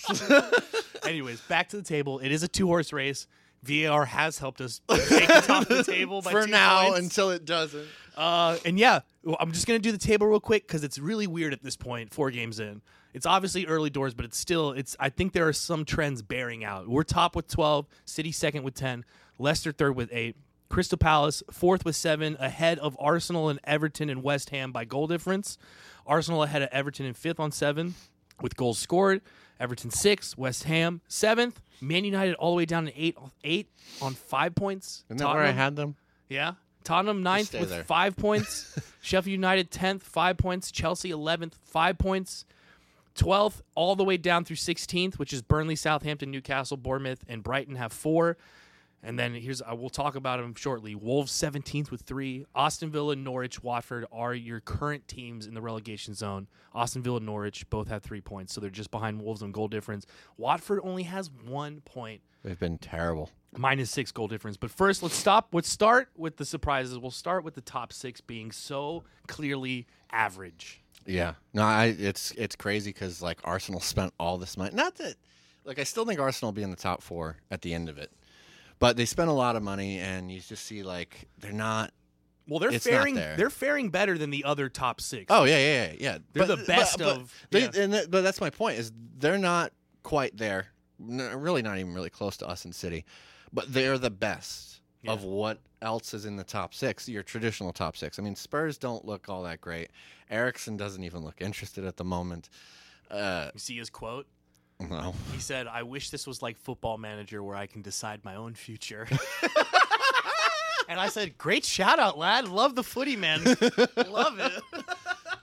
Speaker 1: Anyways, back to the table. It is a two horse race. VAR has helped us take the top
Speaker 2: [laughs]
Speaker 1: of the table by
Speaker 2: For
Speaker 1: two
Speaker 2: now,
Speaker 1: points.
Speaker 2: until it doesn't.
Speaker 1: Uh, and yeah, well, I'm just gonna do the table real quick because it's really weird at this point. Four games in, it's obviously early doors, but it's still. It's I think there are some trends bearing out. We're top with 12, City second with 10, Leicester third with eight, Crystal Palace fourth with seven, ahead of Arsenal and Everton and West Ham by goal difference. Arsenal ahead of Everton in fifth on seven with goals scored. Everton six, West Ham seventh, Man United all the way down to eight, eight on five points.
Speaker 2: Isn't that where I
Speaker 1: Tottenham-
Speaker 2: had them?
Speaker 1: yeah. Tottenham ninth
Speaker 2: stay
Speaker 1: with
Speaker 2: there.
Speaker 1: five
Speaker 2: [laughs]
Speaker 1: points. Sheffield United tenth, five points. Chelsea eleventh, five points. Twelfth, all the way down through sixteenth, which is Burnley, Southampton, Newcastle, Bournemouth, and Brighton have four. And then here's I will talk about them shortly. Wolves 17th with three. Austin Villa, Norwich, Watford are your current teams in the relegation zone. Austin Villa, Norwich both have three points, so they're just behind Wolves on goal difference. Watford only has one point
Speaker 2: They've been terrible.
Speaker 1: minus six goal difference. But first, let's stop. Let's start with the surprises. We'll start with the top six being so clearly average.
Speaker 2: Yeah. No, I it's it's crazy because like Arsenal spent all this money. Not that like I still think Arsenal will be in the top four at the end of it, but they spent a lot of money, and you just see like they're not.
Speaker 1: Well, they're
Speaker 2: It's not
Speaker 1: faring
Speaker 2: there.
Speaker 1: they're faring better than the other top six.
Speaker 2: Oh yeah, yeah, yeah. yeah.
Speaker 1: They're the best
Speaker 2: but-
Speaker 1: of-
Speaker 2: They,
Speaker 1: yeah.
Speaker 2: and that, but that's my point is they're not quite there. No, really, not even really close to us in City, but they're the best of
Speaker 1: Yeah.
Speaker 2: what else is in the top six. Your traditional top six. I mean, Spurs don't look all that great. Ericsson doesn't even look interested at the moment. Uh,
Speaker 1: You see his quote.
Speaker 2: no.
Speaker 1: He said, "I wish this was like Football Manager, where I can decide my own
Speaker 2: [laughs]
Speaker 1: future." and I said, "Great shout out, lad! Love the footy,
Speaker 2: [laughs]
Speaker 1: man. Love it."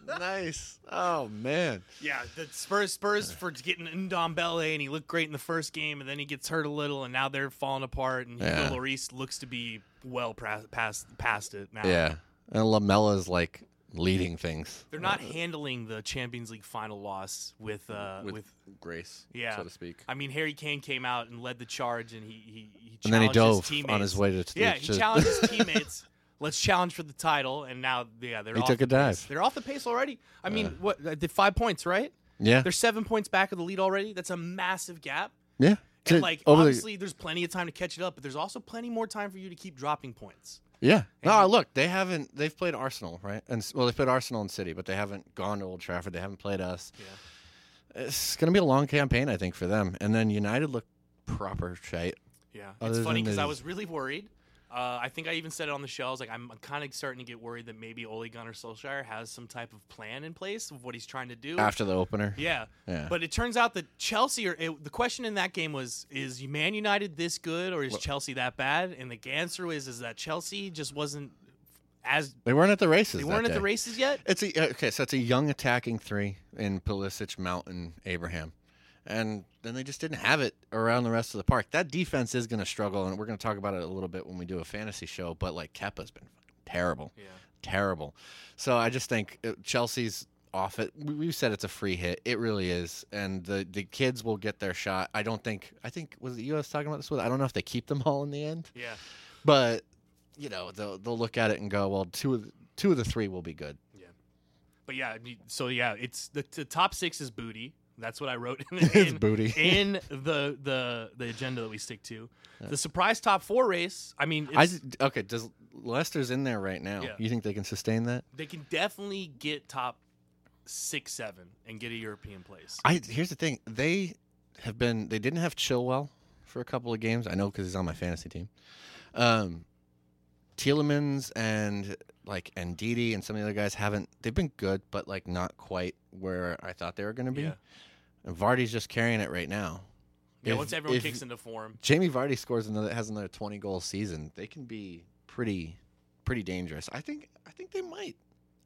Speaker 2: nice. Oh man.
Speaker 1: yeah, the Spurs, Spurs for getting Ndombele, and he looked great in the first game, and then he gets hurt a little, and now they're falling apart. And
Speaker 2: Yeah.
Speaker 1: Hugo Lloris looks to be well pra- past past it now.
Speaker 2: Yeah. And Lamella's like leading things.
Speaker 1: They're not handling the Champions League final loss with uh, with,
Speaker 2: grace,
Speaker 1: Yeah.
Speaker 2: so to speak.
Speaker 1: I mean, Harry Kane came out and led the charge, and he he, he
Speaker 2: And then he
Speaker 1: challenged
Speaker 2: dove
Speaker 1: his
Speaker 2: on his
Speaker 1: teammates.
Speaker 2: way to. to-
Speaker 1: Yeah, he
Speaker 2: to-
Speaker 1: challenged
Speaker 2: [laughs]
Speaker 1: his teammates. Let's challenge for the title, and now yeah, they're
Speaker 2: He
Speaker 1: off
Speaker 2: took
Speaker 1: the
Speaker 2: a dive.
Speaker 1: pace. They're off the pace already. I mean, what they did five points, right?
Speaker 2: yeah.
Speaker 1: They're seven points back of the lead already. That's a massive gap.
Speaker 2: Yeah.
Speaker 1: And
Speaker 2: To-
Speaker 1: like
Speaker 2: over the-
Speaker 1: obviously, there's plenty of time to catch it up, but there's also plenty more time for you to keep dropping points.
Speaker 2: yeah. No, look, they haven't. They've played Arsenal, right? And s- well, they played Arsenal and City, but they haven't gone to Old Trafford. They haven't played us. It's gonna be a long campaign, I think, for them. And then United look proper shite.
Speaker 1: Yeah, it's
Speaker 2: Other
Speaker 1: funny
Speaker 2: than
Speaker 1: because I
Speaker 2: the-
Speaker 1: was really worried. Uh, I think I even said it on the show. I was like, I'm kind of starting to get worried that maybe Ole Gunnar Solskjaer has some type of plan in place of what he's trying to do.
Speaker 2: after the opener.
Speaker 1: Yeah.
Speaker 2: Yeah.
Speaker 1: But it turns out that Chelsea or it, the question in that game was is Man United this good or is Chelsea that bad? And the answer is is that Chelsea just wasn't as
Speaker 2: They weren't at the races.
Speaker 1: they
Speaker 2: that
Speaker 1: weren't at
Speaker 2: day.
Speaker 1: the races yet.
Speaker 2: It's a uh, okay, so it's a young attacking three in Pulisic, Mountain, Abraham, and then they just didn't have it around the rest of the park. That defense is going to struggle, and we're going to talk about it a little bit when we do a fantasy show. But like Keppa's been fucking terrible,
Speaker 1: Yeah.
Speaker 2: terrible. So I just think uh, Chelsea's off it. We, we've said it's a free hit. It really is, and the the kids will get their shot. I don't think. I think was it you I was talking about this with. I don't know if they keep them [laughs] all in the end.
Speaker 1: Yeah.
Speaker 2: But you know, they'll they'll look at it and go, well, two of the, two of the three will be good.
Speaker 1: But yeah, I mean, so yeah, it's the, the top 6 is booty. That's what I wrote [laughs] in, in,
Speaker 2: booty.
Speaker 1: in the the the agenda that we stick to. The surprise top 4 race, I mean,
Speaker 2: I
Speaker 1: it's-
Speaker 2: d- okay. Does Leicester's in there right now?
Speaker 1: Yeah.
Speaker 2: You think they can sustain that?
Speaker 1: they can definitely get top 6 7 and get a European place.
Speaker 2: I here's the thing. They have been. They didn't have Chilwell for a couple of games. I know because he's on my fantasy team. Um, Telemans and like and Didi and some of the other guys haven't. They've been good, but like not quite where I thought they were going to be.
Speaker 1: Yeah.
Speaker 2: And Vardy's just carrying it right now.
Speaker 1: Yeah,
Speaker 2: If-
Speaker 1: once everyone
Speaker 2: if
Speaker 1: kicks into form.
Speaker 2: Jamie Vardy scores another has another twenty goal season. They can be pretty pretty dangerous. I think I think they might.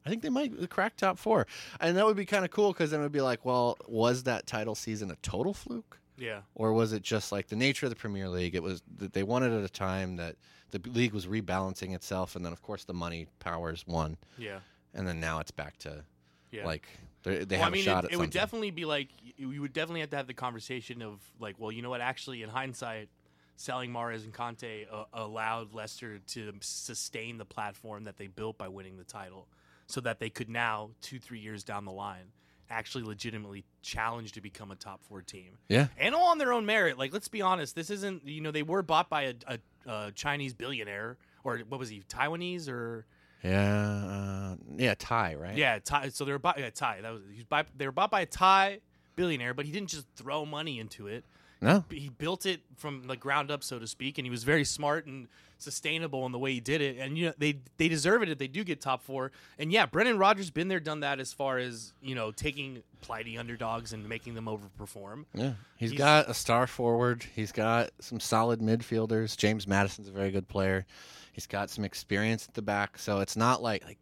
Speaker 2: I think they might crack top four, and that would be kind of cool because then it would be like, well, was that title season a total fluke,
Speaker 1: Yeah.
Speaker 2: or was it just like the nature of the Premier League? It was that they won it at a time that the league was rebalancing itself, and then of course the money powers won,
Speaker 1: Yeah.
Speaker 2: and then now it's back to
Speaker 1: Yeah.
Speaker 2: like they they
Speaker 1: Well,
Speaker 2: have
Speaker 1: I mean,
Speaker 2: a shot
Speaker 1: it,
Speaker 2: at
Speaker 1: it
Speaker 2: something.
Speaker 1: would definitely be like you you would definitely have to have the conversation of like, well, you know what? Actually, in hindsight, selling Mares and Conte uh, allowed Leicester to sustain the platform that they built by winning the title, so that they could now two, three years down the line, actually legitimately challenge to become a top four team.
Speaker 2: yeah,
Speaker 1: and all on their own merit. Like, let's be honest, this isn't you know they were bought by a, a, a Chinese billionaire or what was he Taiwanese or
Speaker 2: yeah, uh, yeah. Tie right?
Speaker 1: yeah Thai. So they were bought yeah Thai. That was he was by, they were bought by a Thai billionaire, but he didn't just throw money into it.
Speaker 2: No.
Speaker 1: He built it from the ground up, so to speak, and he was very smart and sustainable in the way he did it. And you know they they deserve it if they do get top four. And yeah, Brendan Rodgers been there, done that as far as you know taking plighty underdogs and making them overperform.
Speaker 2: Yeah, he's
Speaker 1: He's-
Speaker 2: got a star forward. He's got some solid midfielders. James Madison's a very good player. He's got some experience at the back, so it's not like like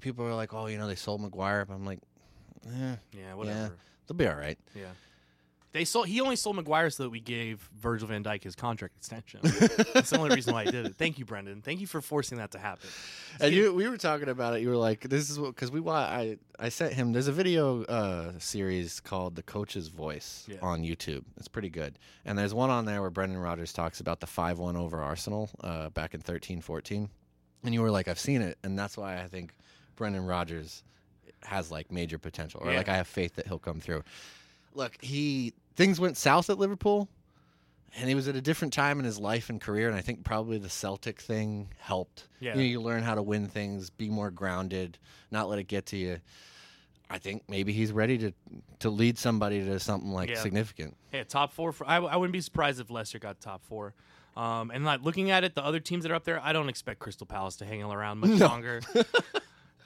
Speaker 2: people are like, oh, you know, they sold McGuire. But I'm like, eh,
Speaker 1: Yeah, whatever.
Speaker 2: they'll be all right.
Speaker 1: Yeah. They sold. He only sold McGuire so that we gave Virgil Van Dyke his contract extension. That's the only reason why he did it. Thank you, Brendan. Thank you for forcing that to happen.
Speaker 2: And you, we were talking about it. You were like, "This is what," because we, wa- I, I sent him. There's a video uh, series called "The Coach's Voice"
Speaker 1: Yeah.
Speaker 2: on YouTube. It's pretty good. And there's one on there where Brendan Rodgers talks about the five-one over Arsenal uh, back in 13-14. And you were like, "I've seen it," and that's why I think Brendan Rodgers has like major potential, or
Speaker 1: Yeah.
Speaker 2: like I have faith that he'll come through. Look, he things went south at Liverpool. And he was at a different time in his life and career, and I think probably the Celtic thing helped.
Speaker 1: Yeah.
Speaker 2: You know, you learn how to win things, be more grounded, not let it get to you. I think maybe he's ready to to lead somebody to something like
Speaker 1: Yeah.
Speaker 2: significant.
Speaker 1: Hey, top four. For, I, I wouldn't be surprised if Leicester got top four. Um, and like looking at it, the other teams that are up there, I don't expect Crystal Palace to hang around much
Speaker 2: [laughs]
Speaker 1: longer.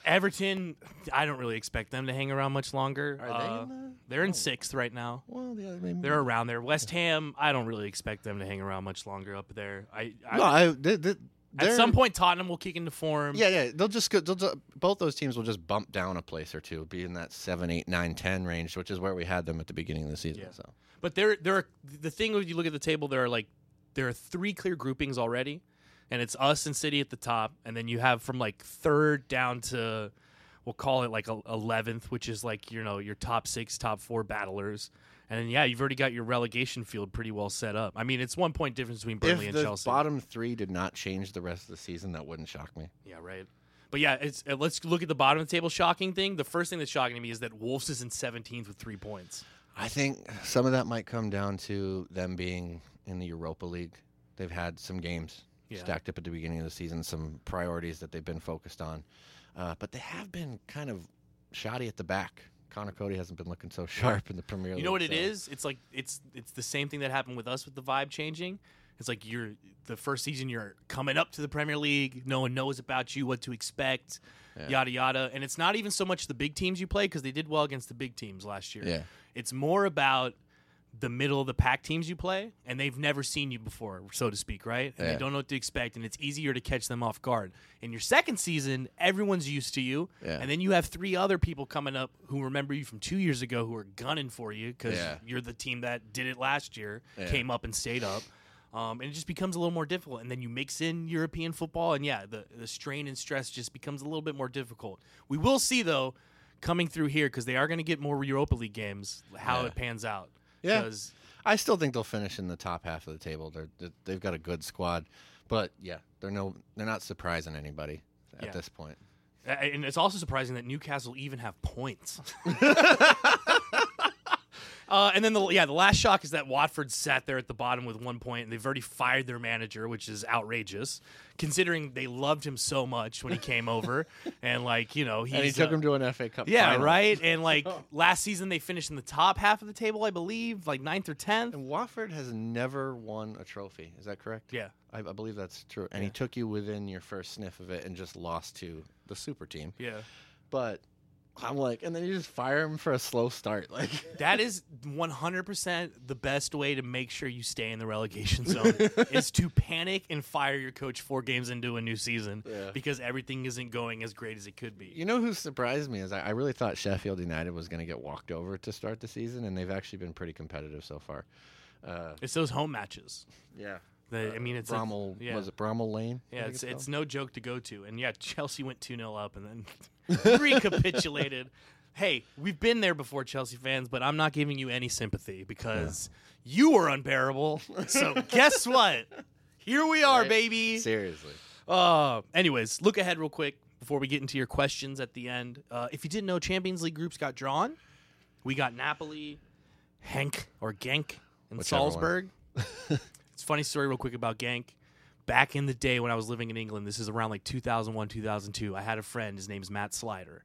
Speaker 1: Everton, I don't really expect them to hang around much longer.
Speaker 2: Are they in the-
Speaker 1: Uh,
Speaker 2: Oh.
Speaker 1: They're in sixth right now.
Speaker 2: Well, yeah, maybe.
Speaker 1: They're around there. West Ham, I don't really expect them to hang around much longer up there. I, I
Speaker 2: no, I, they, they,
Speaker 1: at
Speaker 2: they're-
Speaker 1: some point Tottenham will kick into form.
Speaker 2: Yeah, yeah. They'll just go. They'll ju- both those teams will just bump down a place or two, be in that seven, eight, nine, ten range, which is where we had them at the beginning of the season.
Speaker 1: Yeah.
Speaker 2: So
Speaker 1: But there, there are the thing when you look at the table, there are like there are three clear groupings already, and it's us and City at the top, and then you have from like third down to we'll call it like eleventh, which is like you know your top six, top four battlers, and then, yeah, you've already got your relegation field pretty well set up. I mean, it's one point difference between Burnley
Speaker 2: if
Speaker 1: and
Speaker 2: the
Speaker 1: Chelsea.
Speaker 2: bottom three did not change the rest of the season, that wouldn't shock me.
Speaker 1: Yeah, right. But yeah, it's uh, let's look at the bottom of the table. Shocking thing. The first thing that's shocking to me is that Wolves is in 17th with three points.
Speaker 2: I think some of that might come down to them being in the Europa League. They've had some games
Speaker 1: Yeah.
Speaker 2: stacked up at the beginning of the season, some priorities that they've been focused on. Uh, but they have been kind of shoddy at the back. Connor Cody hasn't been looking so [laughs] sharp in the Premier League.
Speaker 1: You know what it
Speaker 2: so-
Speaker 1: is? It's like it's it's the same thing that happened with us with the vibe changing. It's like you're the first season you're coming up to the Premier League, no one knows about you, what to expect, yada yada. And it's not even so much the big teams you play because they did well against the big teams last year.
Speaker 2: Yeah.
Speaker 1: It's more about the middle of the pack teams you play, and they've never seen you before, so to speak, right? And
Speaker 2: Yeah.
Speaker 1: they don't know what to expect, and it's easier to catch them off guard. In your second season, everyone's used to you,
Speaker 2: Yeah.
Speaker 1: and then you have three other people coming up who remember you from two years ago who are gunning for you because
Speaker 2: Yeah.
Speaker 1: you're the team that did it last year,
Speaker 2: Yeah.
Speaker 1: came up and stayed up. Um, and it just becomes a little more difficult. And then you mix in European football, and yeah, the, the strain and stress just becomes a little bit more difficult. We will see, though, coming through here, because they are going to get more Europa League games, how
Speaker 2: Yeah.
Speaker 1: it pans out.
Speaker 2: Yeah.
Speaker 1: 'Cause
Speaker 2: I still think they'll finish in the top half of the table. They're, they- they've got a good squad, but yeah, they're no, they're not surprising anybody at
Speaker 1: Yeah.
Speaker 2: this point.
Speaker 1: Uh, And it's also surprising that Newcastle even have
Speaker 2: [laughs]
Speaker 1: points. [laughs] uh, and then the yeah, the last shock is that Watford sat there at the bottom with one point, and they've already fired their manager, which is outrageous, considering they loved him so much when he came
Speaker 2: [laughs]
Speaker 1: over, and like you know he's,
Speaker 2: and he took
Speaker 1: uh,
Speaker 2: them to an FA Cup.
Speaker 1: yeah
Speaker 2: final.
Speaker 1: right, and like
Speaker 2: [laughs]
Speaker 1: last season they finished in the top half of the table, I believe, like ninth or tenth.
Speaker 2: And Wofford has never won a trophy. Is that correct?
Speaker 1: Yeah,
Speaker 2: I, I believe that's true. And he
Speaker 1: Yeah.
Speaker 2: took you within your first sniff of it and just lost to the super team.
Speaker 1: yeah.
Speaker 2: But I'm like, and then you just fire him for a slow start. [laughs] Like,
Speaker 1: That is 100% the best way to make sure you stay in the relegation
Speaker 2: [laughs]
Speaker 1: zone is to panic and fire your coach four games into a new season
Speaker 2: Yeah.
Speaker 1: because everything isn't going as great as it could be.
Speaker 2: you know who surprised me is I, I really thought Sheffield United was going to get walked over to start the season, and they've actually been pretty competitive so far. Uh,
Speaker 1: It's those home matches.
Speaker 2: yeah.
Speaker 1: The- I mean, it's a-
Speaker 2: Brommel,
Speaker 1: yeah.
Speaker 2: Uh, was it Brommel Lane? I
Speaker 1: Yeah,
Speaker 2: think
Speaker 1: it's
Speaker 2: called?
Speaker 1: it's no joke to go to. And yeah, Chelsea went 2 0 up and
Speaker 2: [laughs]
Speaker 1: then recapitulated. Hey, we've been there before, Chelsea fans, but I'm not giving you any sympathy because you were unbearable. So guess what? Here we are,
Speaker 2: Right.
Speaker 1: baby.
Speaker 2: Seriously.
Speaker 1: Uh, anyways, look ahead real quick before we get into your questions at the end. Uh, if you didn't know, Champions League groups got drawn. We got Napoli, Henk or Genk, and
Speaker 2: Whichever one.
Speaker 1: Salzburg. [laughs] it's a funny story, real quick about Genk. Back in the day when I was living in England, this is around like 2001, 2002. I had a friend. His name's Matt Slider.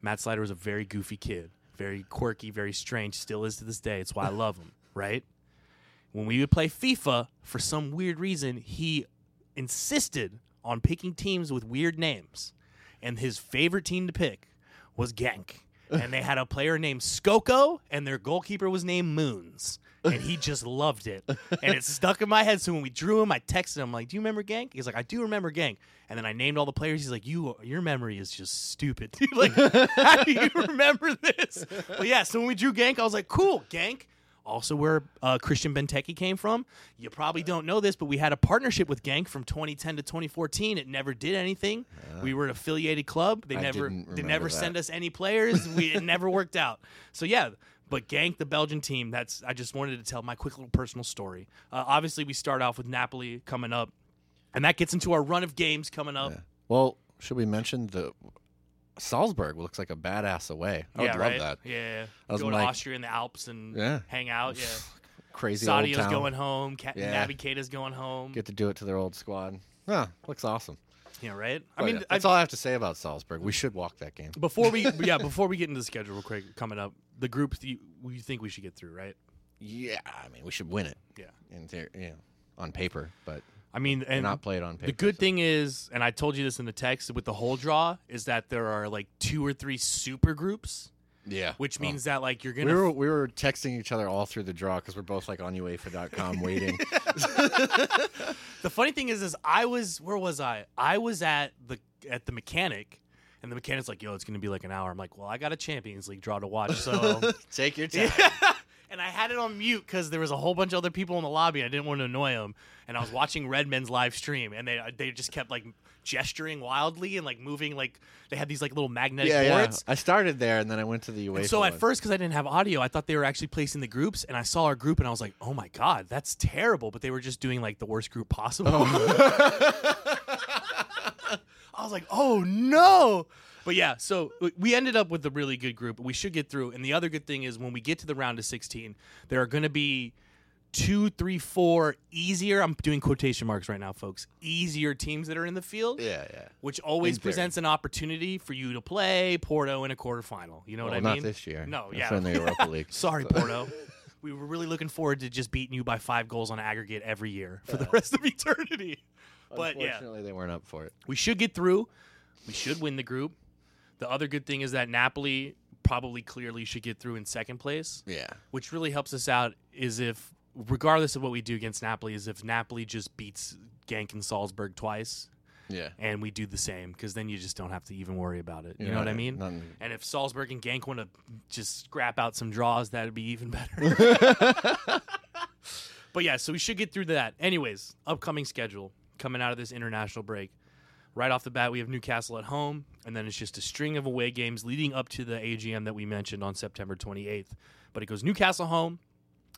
Speaker 1: Matt Slider was a very goofy kid, very quirky, very strange. Still is to this day. It's why I love him. [laughs] Right when we would play FIFA, for some weird reason, he insisted on picking teams with weird names. And his favorite team to pick was Genk. And they had a player named Skoko, and their goalkeeper was named Moons. And he just loved it. And it stuck in my head. So when we drew him, I texted him, like, Do you remember Genk? He's like, I do remember Genk. And then I named all the players. He's like, You your memory is just stupid. [laughs] dude. like, how do you remember this? But yeah, so when we drew Genk, I was like, Cool, Genk also where uh, Christian Benteke came from. You probably don't know this, but we had a partnership with Gank from 2010 to 2014. It never did anything. we were an affiliated club. They
Speaker 2: I
Speaker 1: never
Speaker 2: didn't
Speaker 1: they
Speaker 2: remember
Speaker 1: never
Speaker 2: that.
Speaker 1: sent us any players. we it never worked out. So yeah. But Gank, the Belgian team, that's I just wanted to tell my quick little personal story. Uh, obviously, we start off with Napoli coming up, and that gets into our run of games coming up.
Speaker 2: Well, should we mention the Salzburg looks like a badass away. I
Speaker 1: yeah,
Speaker 2: would love
Speaker 1: right?
Speaker 2: that.
Speaker 1: Yeah,
Speaker 2: I was
Speaker 1: go to
Speaker 2: like-
Speaker 1: Austria in the Alps and
Speaker 2: Yeah.
Speaker 1: hang
Speaker 2: [laughs]
Speaker 1: out. Yeah,
Speaker 2: [sighs] Crazy old
Speaker 1: Sadio's
Speaker 2: town.
Speaker 1: going home. Ka-
Speaker 2: Yeah.
Speaker 1: Naby Keita's going home.
Speaker 2: Get to do it to their old squad. Huh, looks awesome.
Speaker 1: yeah, right. I
Speaker 2: But
Speaker 1: mean,
Speaker 2: Oh, yeah,
Speaker 1: uh, I,
Speaker 2: that's all I have to say about Salzburg. We should walk that game.
Speaker 1: [laughs] before
Speaker 2: [laughs]
Speaker 1: we yeah before we get into the schedule real quick coming up the group that you, you think we should get through right
Speaker 2: Yeah, I mean, we should win it
Speaker 1: yeah
Speaker 2: in theory, you know, on paper, but
Speaker 1: i mean and
Speaker 2: not play it on paper.
Speaker 1: the good thing is and i told you this in the text with the whole draw is that there are like two or three super groups
Speaker 2: yeah,
Speaker 1: which
Speaker 2: Oh.
Speaker 1: means that like you're
Speaker 2: we
Speaker 1: gonna
Speaker 2: were we were texting each other all through the draw because we're both like on E [laughs] UEFA.com waiting.
Speaker 1: the funny thing is is i was where was i i was at the at the mechanic and the mechanic's like yo it's gonna be like an hour i'm like well i got a champions league draw to watch so
Speaker 2: [laughs] Take your time.
Speaker 1: Yeah. [laughs] and I had it on mute because there was a whole bunch of other people in the lobby. and I didn't want to annoy them, and I was watching Redmen's live stream, and they they just kept like gesturing wildly and like moving like they had these like little magnetic
Speaker 2: Yeah, yeah.
Speaker 1: boards.
Speaker 2: I started there and then I went to the E UEFA.
Speaker 1: And so at
Speaker 2: one.
Speaker 1: first, because I didn't have audio, I thought they were actually placing the groups, and I saw our group, and I was like, "Oh my god, that's terrible!" But they were just doing like the worst group possible.
Speaker 2: Oh.
Speaker 1: [laughs] I was like, "Oh no!" But yeah, so w- we ended up with a really good group. We should get through. And the other good thing is when we get to the round of 16, there are going to be two, three, four easier. I'm doing quotation marks right now, folks. Easier teams that are in the field
Speaker 2: yeah, yeah.
Speaker 1: which always
Speaker 2: In theory.
Speaker 1: presents an opportunity for you to play Porto in a quarterfinal. You know
Speaker 2: Well,
Speaker 1: what I
Speaker 2: not
Speaker 1: mean?
Speaker 2: this year.
Speaker 1: No,
Speaker 2: That's
Speaker 1: yeah.
Speaker 2: in
Speaker 1: [laughs]
Speaker 2: the Europa League.
Speaker 1: Sorry, Porto. We were really looking forward to just beating you by five goals on aggregate every year for the rest of [laughs] eternity. But yeah,
Speaker 2: Unfortunately, they weren't up for it.
Speaker 1: we should get through. We should win the group. The other good thing is that Napoli probably clearly should get through in second place
Speaker 2: Yeah.
Speaker 1: which really helps us out is if regardless of what we do against Napoli is if Napoli just beats Gank and Salzburg twice
Speaker 2: Yeah.
Speaker 1: and we do the same because then you just don't have to even worry about it. You know what I mean?
Speaker 2: Mm.
Speaker 1: And if Salzburg and Gank want to just scrap out some draws, that'd be even better. [laughs] but yeah, so we should get through that. Anyways, upcoming schedule coming out of this international break. Right off the bat, we have Newcastle at home, and then it's just a string of away games leading up to the AGM that we mentioned on September 28th. But it goes Newcastle home,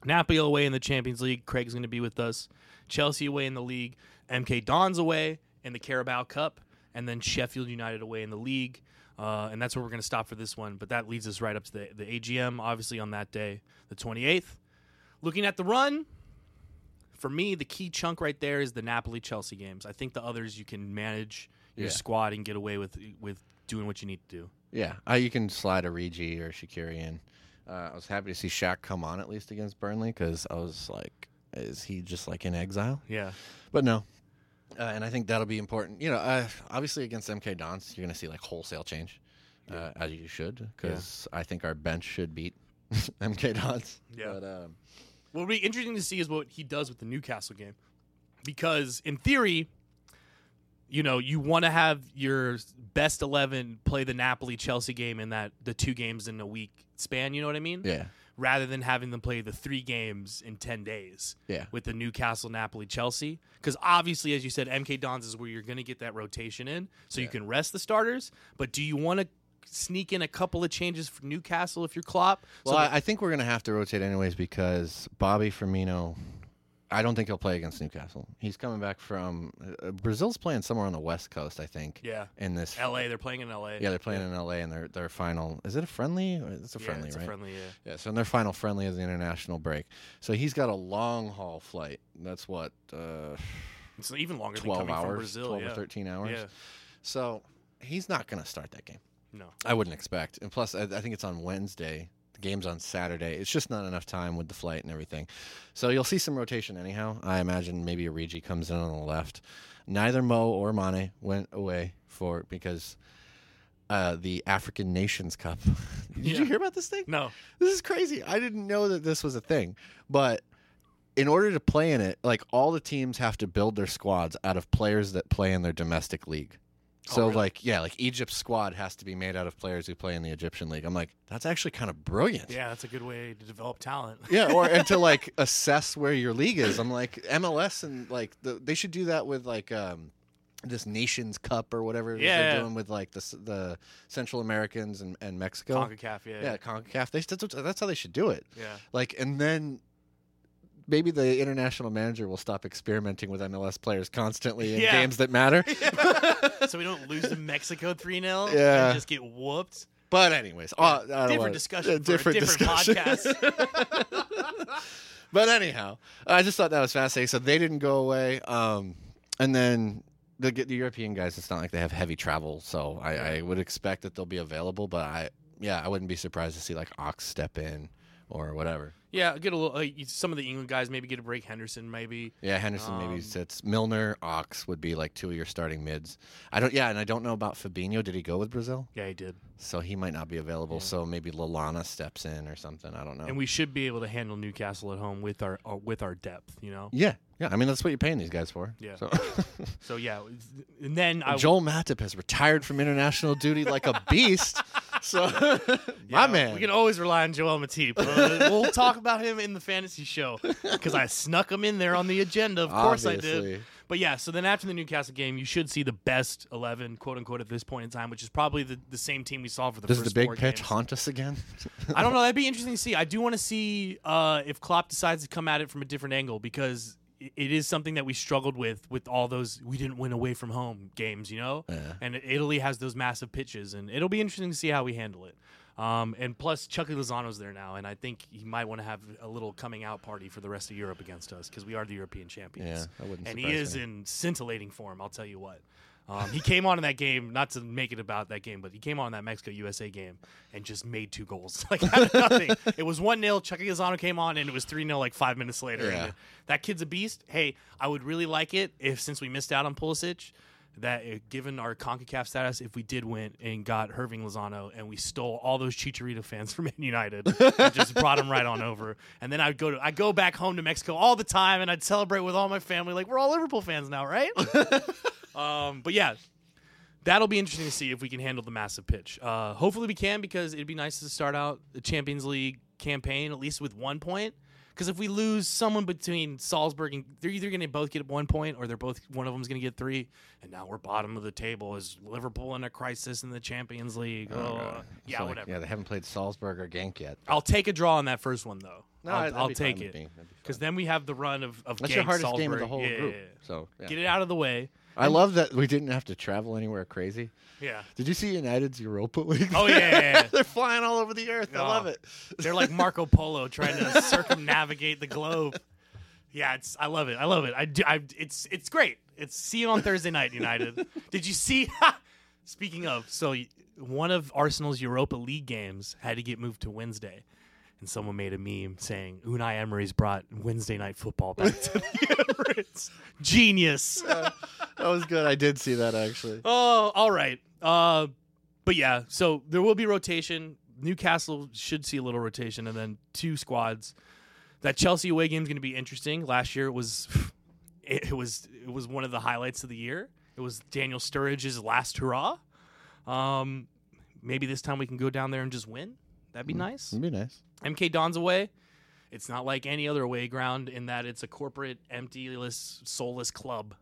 Speaker 1: Napoli away in the Champions League. Craig's going to be with us. Chelsea away in the league. MK Dons away in the Carabao Cup, and then Sheffield United away in the league. Uh, and that's where we're going to stop for this one. But that leads us right up to the, the AGM, obviously on that day, the 28th. Looking at the run, for me, the key chunk right there is the Napoli Chelsea games. I think the others you can manage your
Speaker 2: Yeah.
Speaker 1: squad and get away with with doing what you need to do.
Speaker 2: Yeah, uh, you can slide a Regi or Shakiri in. Uh, I was happy to see Shaq come on at least against Burnley because I was like, is he just like in exile?
Speaker 1: Yeah,
Speaker 2: But no. Uh, and I think that'll be important. You know, uh, obviously against MK Dons, you're going to see like wholesale change, uh, as you should, because I think our bench should beat [laughs] MK Dons.
Speaker 1: Yeah.
Speaker 2: But, um,
Speaker 1: What will be interesting to see is what he does with the Newcastle game, because in theory, you know you want to have your best eleven play the Napoli Chelsea game in that the two games in a week span. You know what I mean?
Speaker 2: yeah.
Speaker 1: Rather than having them play the three games in ten days
Speaker 2: Yeah.
Speaker 1: with the Newcastle Napoli Chelsea, because obviously, as you said, MK Dons is where you're going to get that rotation in, so you can rest the starters. But do you want to? Sneak in a couple of changes for Newcastle if you're Klopp. So
Speaker 2: Well,
Speaker 1: that-
Speaker 2: I, I think we're going to have to rotate anyways because Bobby Firmino, I don't think he'll play against Newcastle. He's coming back from uh, Brazil's playing somewhere on the West Coast, I think.
Speaker 1: yeah,
Speaker 2: In this,
Speaker 1: L.A. They're playing in L.A.
Speaker 2: yeah, they're playing in LA and their their final. Is it a friendly? Or- It's a
Speaker 1: Yeah,
Speaker 2: friendly,
Speaker 1: it's
Speaker 2: right?
Speaker 1: A friendly, yeah.
Speaker 2: Yeah, so in their final friendly is the international break. So he's got a long haul flight. That's what uh,
Speaker 1: It's even longer than
Speaker 2: twelve
Speaker 1: coming
Speaker 2: hours,
Speaker 1: from Brazil.
Speaker 2: twelve
Speaker 1: yeah.
Speaker 2: or thirteen hours.
Speaker 1: Yeah.
Speaker 2: So he's not going to start that game.
Speaker 1: No.
Speaker 2: I wouldn't expect. And plus, I, I think it's on Wednesday. The game's on Saturday. It's just not enough time with the flight and everything. So you'll see some rotation anyhow. I imagine maybe a Regi comes in on the left. Neither Mo or Mane went away for because uh, the African Nations Cup. [laughs] Did
Speaker 1: Yeah.
Speaker 2: you hear about this thing?
Speaker 1: No.
Speaker 2: This is crazy. I didn't know that this was a thing. But in order to play in it, like all the teams have to build their squads out of players that play in their domestic league. So
Speaker 1: Oh, really?
Speaker 2: like yeah, like Egypt's squad has to be made out of players who play in the Egyptian league. I'm like, that's actually kind of brilliant.
Speaker 1: Yeah, that's a good way to develop
Speaker 2: [laughs]
Speaker 1: talent.
Speaker 2: Yeah,
Speaker 1: [laughs]
Speaker 2: or and to like assess where your league is. I'm like MLS and like the, they should do that with like um this Nations Cup or whatever it is
Speaker 1: Yeah.
Speaker 2: they're doing with like the s- the Central Americans and, and Mexico.
Speaker 1: Concacaf, yeah,
Speaker 2: Yeah, Concacaf. They that's, what- that's how they should do it.
Speaker 1: yeah.
Speaker 2: Like and then maybe the international manager will stop experimenting with MLS players constantly
Speaker 1: [laughs]
Speaker 2: in
Speaker 1: Yeah.
Speaker 2: games that matter.
Speaker 1: so we don't lose to Mexico 3
Speaker 2: [laughs]
Speaker 1: 0
Speaker 2: Yeah.
Speaker 1: and just get whooped.
Speaker 2: But anyways, uh, I don't
Speaker 1: Different
Speaker 2: wanna- uh,
Speaker 1: discussion
Speaker 2: yeah,
Speaker 1: for a different
Speaker 2: [laughs]
Speaker 1: [laughs]
Speaker 2: but anyhow, I just thought that was fascinating. So they didn't go away, um, and then the, the European guys. It's not like they have heavy travel, so I, I would expect that they'll be available. But I, yeah, I wouldn't be surprised to see like Ox step in or whatever.
Speaker 1: Yeah, get a little. Uh, you- some of the England guys maybe get a break. Henderson maybe.
Speaker 2: Yeah, Henderson
Speaker 1: Um,
Speaker 2: maybe sits. Milner, Ox would be like two of your starting mids. I don't. Yeah, and I don't know about Fabinho. Did he go with Brazil?
Speaker 1: Yeah, he did.
Speaker 2: So he might not be available.
Speaker 1: Yeah.
Speaker 2: So maybe Lalana steps in or something. I don't know.
Speaker 1: And we should be able to handle Newcastle at home with our, our with our depth. You know.
Speaker 2: Yeah, yeah. I mean, that's what you're paying these guys for.
Speaker 1: Yeah.
Speaker 2: So. [laughs]
Speaker 1: So yeah, and then I
Speaker 2: Joel Matip has retired from international duty like a
Speaker 1: [laughs]
Speaker 2: beast. So, [laughs] my
Speaker 1: yeah,
Speaker 2: man.
Speaker 1: We can always rely on Joel Matip.
Speaker 2: [laughs]
Speaker 1: Uh, we'll talk about him in the fantasy show because I snuck him in there on the agenda.
Speaker 2: [laughs]
Speaker 1: Of course I did.
Speaker 2: Obviously.
Speaker 1: But yeah, so then after the Newcastle game, you should see the best eleven, quote unquote, at this point in time, which is probably the, the same team we saw for the
Speaker 2: Does
Speaker 1: first
Speaker 2: the big
Speaker 1: four
Speaker 2: pitch
Speaker 1: games.
Speaker 2: haunt us again?
Speaker 1: I don't know. That'd be interesting to see. I do want to see uh, if Klopp decides to come at it from a different angle because i- it is something that we struggled with with all those we didn't win away from home games, you know.
Speaker 2: Yeah.
Speaker 1: And Italy has those massive pitches, and it'll be interesting to see how we handle it. Um, and plus, Chucky Lozano's there now, and I think he might want to have a little coming out party for the rest of Europe against us because we are the European champions.
Speaker 2: Yeah, that wouldn't
Speaker 1: And he
Speaker 2: surprise
Speaker 1: is
Speaker 2: me.
Speaker 1: in scintillating form. I'll tell you what. Um, he came on in that game, not to make it about that game, but he came on in that Mexico USA game and just made two goals. [laughs] Like out of nothing. It was one 0 Chucky Lozano came on, and it was three 0 like five minutes later. And
Speaker 2: Yeah.
Speaker 1: that kid's a beast. Hey, I would really like it if since we missed out on Pulisic, that uh, given our Concacaf status, if we did win and got Irving Lozano and we stole all those Chicharito fans [laughs] from Man United, and just brought them right on over, and then I'd go to I go back home to Mexico all the time, and I'd celebrate with all my family. Like we're all Liverpool fans now, right? [laughs] um, but yeah. That'll be interesting to see if we can handle the massive pitch. Uh, hopefully, we can because it'd be nice to start out the Champions League campaign at least with one point. Because if we lose someone between Salzburg and they're either going to both get one point or they're both one of them's going to get three, and now we're bottom of the table. Is Liverpool in a crisis in the Champions League? [laughs]
Speaker 2: [laughs]
Speaker 1: Oh,
Speaker 2: God.
Speaker 1: yeah,
Speaker 2: So, like,
Speaker 1: whatever.
Speaker 2: Yeah, they haven't played Salzburg or Gank yet.
Speaker 1: I'll take a draw on that first one though. I'll,
Speaker 2: that'd
Speaker 1: I'll
Speaker 2: be fine
Speaker 1: take
Speaker 2: with
Speaker 1: it
Speaker 2: me. That'd be
Speaker 1: because
Speaker 2: fine.
Speaker 1: then we have the run of of
Speaker 2: that's your
Speaker 1: Genk,
Speaker 2: hardest
Speaker 1: Salzburg.
Speaker 2: game of the whole
Speaker 1: Yeah,
Speaker 2: group.
Speaker 1: yeah, yeah.
Speaker 2: So yeah.
Speaker 1: Get it out of the way.
Speaker 2: I love that we didn't have to travel anywhere crazy.
Speaker 1: Yeah.
Speaker 2: Did you see United's Europa [laughs] League?
Speaker 1: Oh, yeah, yeah, yeah.
Speaker 2: [laughs] they're flying all over the earth. I
Speaker 1: Oh.
Speaker 2: love it.
Speaker 1: They're like Marco Polo trying to circumnavigate the globe. Yeah, it's I love it. I love it. I do. I, it's it's great. It's see you on Thursday night, United. Did you see? [laughs] speaking of, so y- one of Arsenal's Europa League games had to get moved to Wednesday, and someone made a meme saying Unai Emery's brought Wednesday night football back to the [laughs] Emirates. Genius.
Speaker 2: That was good. I did see that actually.
Speaker 1: [laughs] Oh, all right. Uh, but yeah, so there will be rotation. Newcastle should see a little rotation, and then two squads. That Chelsea away game is going to be interesting. Last year it was, [laughs] it, it was it was one of the highlights of the year. It was Daniel Sturridge's last hurrah. Um, maybe this time we can go down there and just win. That'd be nice.
Speaker 2: It'd be nice.
Speaker 1: MK Don's away. It's not like any other away ground in that it's a corporate, emptyless, soulless club.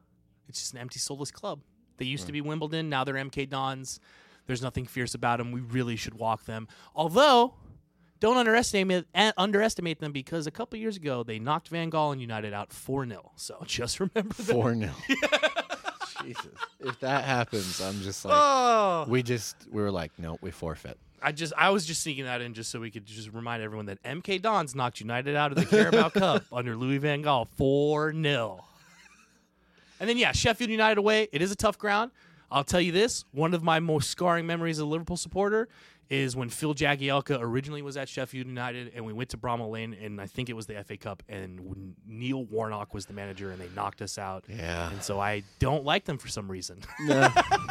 Speaker 1: It's just an empty, soulless club. They used to be Wimbledon. Now they're MK Dons. There's nothing fierce about them. We really should walk them. Although, don't underestimate eh, underestimate them because a couple years ago they knocked Van Gaal and United out four 0 So [laughs] just remember that. [laughs]
Speaker 2: Four 0 Jesus. If that happens, I'm just like.
Speaker 1: Oh,
Speaker 2: We just we were like, no, we forfeit.
Speaker 1: I just I was just sneaking that in just so we could just remind everyone that MK Dons knocked United out of the Carabao
Speaker 2: [laughs]
Speaker 1: Cup under Louis Van Gaal 4 0. And then yeah, Sheffield United away. It is a tough ground. I'll tell you this, one of my most scarring memories as a Liverpool supporter is when Phil Jagielka originally was at Sheffield United and we went to Bramall Lane and I think it was the FA Cup and Neil Warnock was the manager and they knocked us out.
Speaker 2: Yeah.
Speaker 1: And so I don't like them for some reason.
Speaker 2: No.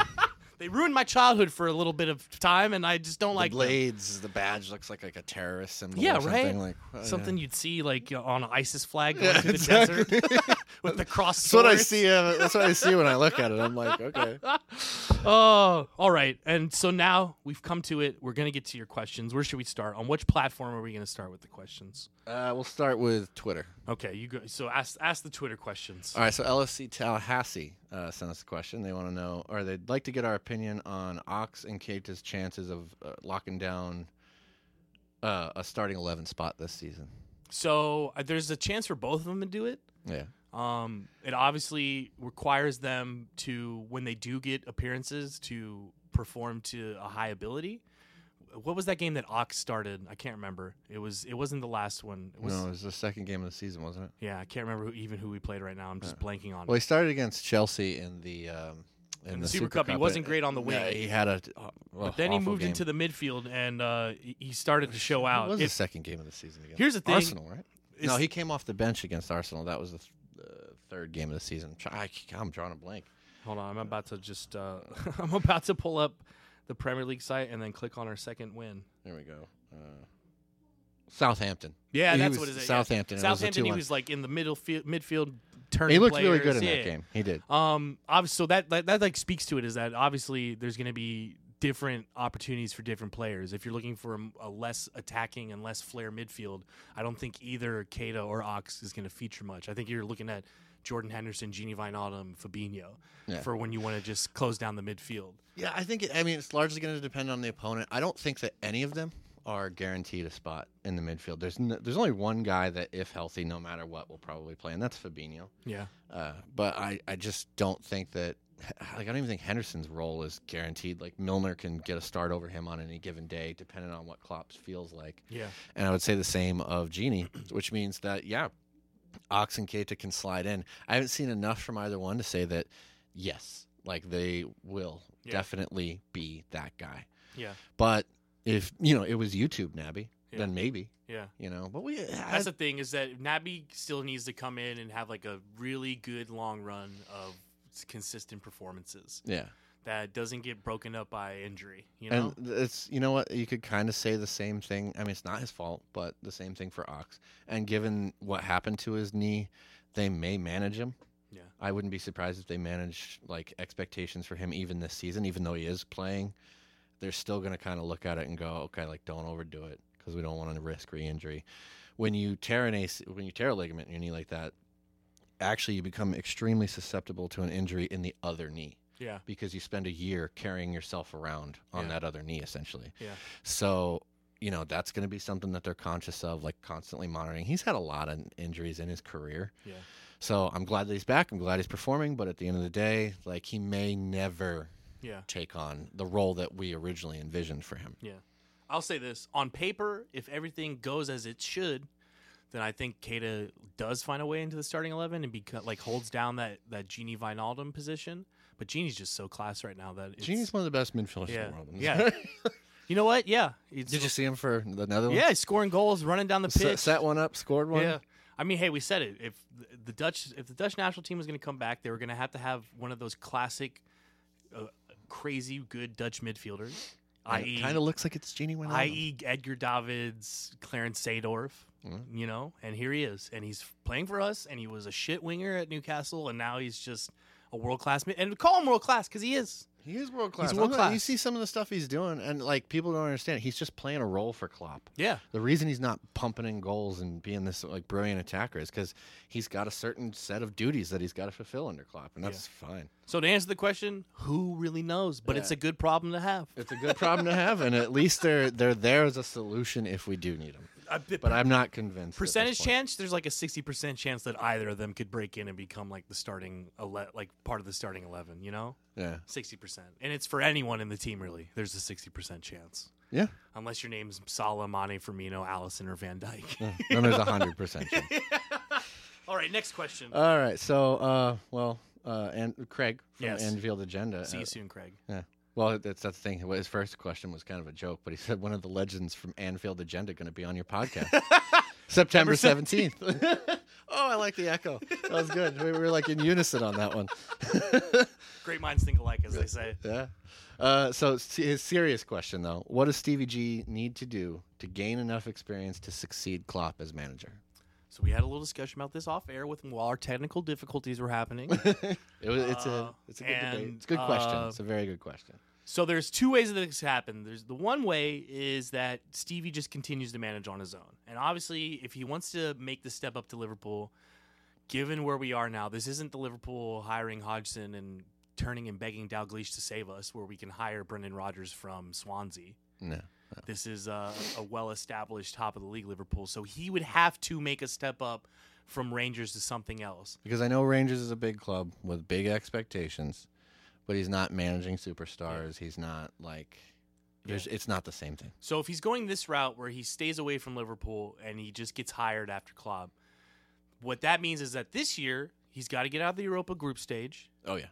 Speaker 1: [laughs] they it ruined my childhood for a little bit of time, and I just don't like
Speaker 2: the
Speaker 1: them.
Speaker 2: blades, the badge looks like like a terrorist symbol.
Speaker 1: Yeah,
Speaker 2: or something
Speaker 1: right?
Speaker 2: Like oh, yeah.
Speaker 1: Something you'd see like on an ISIS flag going through the
Speaker 2: exactly.
Speaker 1: desert
Speaker 2: [laughs]
Speaker 1: with the cross.
Speaker 2: That's what I
Speaker 1: swords.
Speaker 2: see. Uh, that's what I see when I look at it.
Speaker 1: [laughs]
Speaker 2: I'm like, okay.
Speaker 1: Oh, all right. And so now we've come to it. We're gonna get to your questions. Where should we start? On which platform are we gonna start with the questions?
Speaker 2: Uh, we'll start with Twitter.
Speaker 1: Okay, you go. So ask ask the Twitter questions.
Speaker 2: All right, so LFC Tallahassee uh, sent us a question. They want to know, or they'd like to get our opinion on Ox and Keita's chances of uh, locking down uh, a starting 11 spot this season.
Speaker 1: So uh, there's a chance for both of them to do it.
Speaker 2: Yeah.
Speaker 1: Um, it obviously requires them to, when they do get appearances, to perform to a high ability. What was that game that Ox started? I can't remember. It was. It wasn't the last one. It was.
Speaker 2: no, it was the second game of the season, wasn't it?
Speaker 1: Yeah, I can't remember who, even who we played right now. I'm just blanking on.
Speaker 2: Well,
Speaker 1: it.
Speaker 2: he started against Chelsea in the um, in,
Speaker 1: the Super Cup, he wasn't great on the wing.
Speaker 2: Yeah, he had a. Uh,
Speaker 1: But then he moved into the midfield and uh, he- he started to show
Speaker 2: It
Speaker 1: out.
Speaker 2: was the
Speaker 1: If-
Speaker 2: second game of the season against
Speaker 1: Here's the thing.
Speaker 2: Arsenal, right?
Speaker 1: it's-
Speaker 2: no, he came off the bench against Arsenal. That was the th- uh, third game of the season. I, I'm drawing a blank.
Speaker 1: Hold on, I'm about to just. Uh, [laughs] I'm about to pull up the Premier League site and then click on our second win.
Speaker 2: There we go. Uh, Southampton.
Speaker 1: Yeah,
Speaker 2: He
Speaker 1: that's
Speaker 2: was
Speaker 1: what it is. yeah.
Speaker 2: Southampton. It was a
Speaker 1: Southampton. he
Speaker 2: 2-1.
Speaker 1: was like in the middle field, midfield. Turning
Speaker 2: He looked really good
Speaker 1: players,
Speaker 2: in
Speaker 1: yeah.
Speaker 2: that game. He did.
Speaker 1: Um, obviously, so that, that that like speaks to it is that obviously there's going to be different opportunities for different players. If you're looking for a, a less attacking and less flair midfield, I don't think either Keita or Ox is going to feature much. I think you're looking at Jordan Henderson, Genie Vinaldum, Fabinho
Speaker 2: Yeah.
Speaker 1: for when you want to just close down the midfield.
Speaker 2: Yeah, I think. It, I mean, it's largely going to depend on the opponent. I don't think that any of them are guaranteed a spot in the midfield. There's n there's only one guy that, if healthy, no matter what, will probably play, and that's Fabinho.
Speaker 1: Yeah.
Speaker 2: Uh, but I, I just don't think that. [sighs] Like, I don't even think Henderson's role is guaranteed. Like Milner can get a start over him on any given day, depending on what Klopp feels like.
Speaker 1: Yeah.
Speaker 2: And I would say the same of Genie, [clears throat] which means that, yeah, Ox and Keita can slide in. I haven't seen enough from either one to say that, yes, like they will
Speaker 1: Yeah.
Speaker 2: definitely be that guy.
Speaker 1: Yeah.
Speaker 2: But if, you know, it was YouTube Nabby,
Speaker 1: Yeah.
Speaker 2: then maybe,
Speaker 1: Yeah.
Speaker 2: you know, but we, I,
Speaker 1: That's the thing is that Naby still needs to come in and have like a really good long run of s- consistent performances
Speaker 2: yeah.
Speaker 1: that doesn't get broken up by injury. You know,
Speaker 2: And it's, you know what, you could kind of say the same thing. I mean, it's not his fault, but the same thing for Ox. And given what happened to his knee, they may manage him.
Speaker 1: Yeah.
Speaker 2: I wouldn't be surprised if they manage like expectations for him even this season, even though he is playing. They're still going to kind of look at it and go, okay, like don't overdo it because we don't want to risk re-injury. When you tear an AC, when you tear a ligament in your knee like that, actually you become extremely susceptible to an injury in the other knee
Speaker 1: yeah,
Speaker 2: because you spend a year carrying yourself around on
Speaker 1: Yeah.
Speaker 2: that other knee essentially.
Speaker 1: Yeah.
Speaker 2: So, you know, that's going to be something that they're conscious of, like constantly monitoring. He's had a lot of injuries in his career.
Speaker 1: Yeah.
Speaker 2: So I'm glad that he's back. I'm glad he's performing. But at the end of the day, like he may never
Speaker 1: yeah.
Speaker 2: take on the role that we originally envisioned for him.
Speaker 1: I'll say this on paper, if everything goes as it should, then I think Kata does find a way into the starting eleven and beca- like holds down that that Genie Vinaldum position. But Genie's just so class right now that it's,
Speaker 2: Genie's one of the best midfielders
Speaker 1: Yeah.
Speaker 2: in the world.
Speaker 1: Yeah. you know what? Yeah, it's,
Speaker 2: [laughs] Did you see him for the Netherlands?
Speaker 1: yeah, he's scoring goals, running down the
Speaker 2: Set-
Speaker 1: pitch.
Speaker 2: set one up, scored one.
Speaker 1: Yeah. I mean, hey, we said it. If th- the Dutch, if the Dutch national team was going to come back, they were going to have to have one of those classic, uh, crazy good Dutch midfielders, i.e.,
Speaker 2: kind of looks like it's Genie Wijnaldum.
Speaker 1: i.e. Edgar Davids, Clarence Sadorf,
Speaker 2: Mm-hmm.
Speaker 1: you know, and here he is, and he's playing for us, and he was a shit winger at Newcastle, and now he's just a world class mid, and call him world class because he is.
Speaker 2: He is world class.
Speaker 1: world
Speaker 2: I'm not- You
Speaker 1: class.
Speaker 2: see some of the stuff he's doing, and like people don't understand, he's just playing a role for Klopp.
Speaker 1: Yeah,
Speaker 2: The reason he's not pumping in goals and being this like brilliant attacker is because he's got a certain set of duties that he's got to fulfill under Klopp, and that's fine.
Speaker 1: So to answer the question, who really knows? But it's a
Speaker 2: Yeah.
Speaker 1: good problem to have.
Speaker 2: It's a good problem to have, and at least they're they're there as a solution if we do need them.
Speaker 1: A bit-
Speaker 2: But I'm not convinced. at this
Speaker 1: percentage
Speaker 2: point.
Speaker 1: chance there's like a 60% chance that either of them could break in and become like the starting ele- like part of the starting 11 you know
Speaker 2: Yeah,
Speaker 1: 60% and it's for anyone in the team really there's a 60% chance
Speaker 2: yeah.
Speaker 1: unless your name's Salah, Mane, Firmino, Allison, or Van Dyke.
Speaker 2: Then there's a hundred percent chance.
Speaker 1: [laughs] All right, next question.
Speaker 2: All right, so uh, well, uh, and Craig from
Speaker 1: Yes.
Speaker 2: Anfield Agenda.
Speaker 1: See
Speaker 2: uh,
Speaker 1: you soon, Craig.
Speaker 2: Yeah. Well, that's that's the thing. His [laughs] first question was kind of a joke, but he said one of the legends from Anfield Agenda going to be on your podcast. September
Speaker 1: September
Speaker 2: 17th. [laughs] oh, I like the echo. That was good. We were like in unison on that one. [laughs]
Speaker 1: Great minds think alike, as they say.
Speaker 2: Yeah. Uh, so s- his serious question though, what does Stevie G need to do to gain enough experience to succeed Klopp as manager?
Speaker 1: So we had a little discussion about this off air with him while our technical difficulties were happening.
Speaker 2: It was, it's
Speaker 1: Uh,
Speaker 2: a it's a good debate.
Speaker 1: and,
Speaker 2: It's a good question.
Speaker 1: uh,
Speaker 2: It's a very good question.
Speaker 1: so there's two ways that this happened. There's the one way is that Stevie just continues to manage on his own, and obviously, if he wants to make the step up to Liverpool, given where we are now, this isn't the Liverpool hiring Hodgson and turning and begging Dalgleish to save us, where we can hire Brendan Rodgers from Swansea.
Speaker 2: No.
Speaker 1: This is a, a well established top of the league Liverpool. So he would have to make a step up from Rangers to something else.
Speaker 2: Because I know Rangers is a big club with big expectations, but he's not managing superstars. He's not like there's it's not the same thing.
Speaker 1: So if he's going this route where he stays away from Liverpool and he just gets hired after Klopp, what that means is that this year he's got to get out of the Europa group stage
Speaker 2: Oh yeah.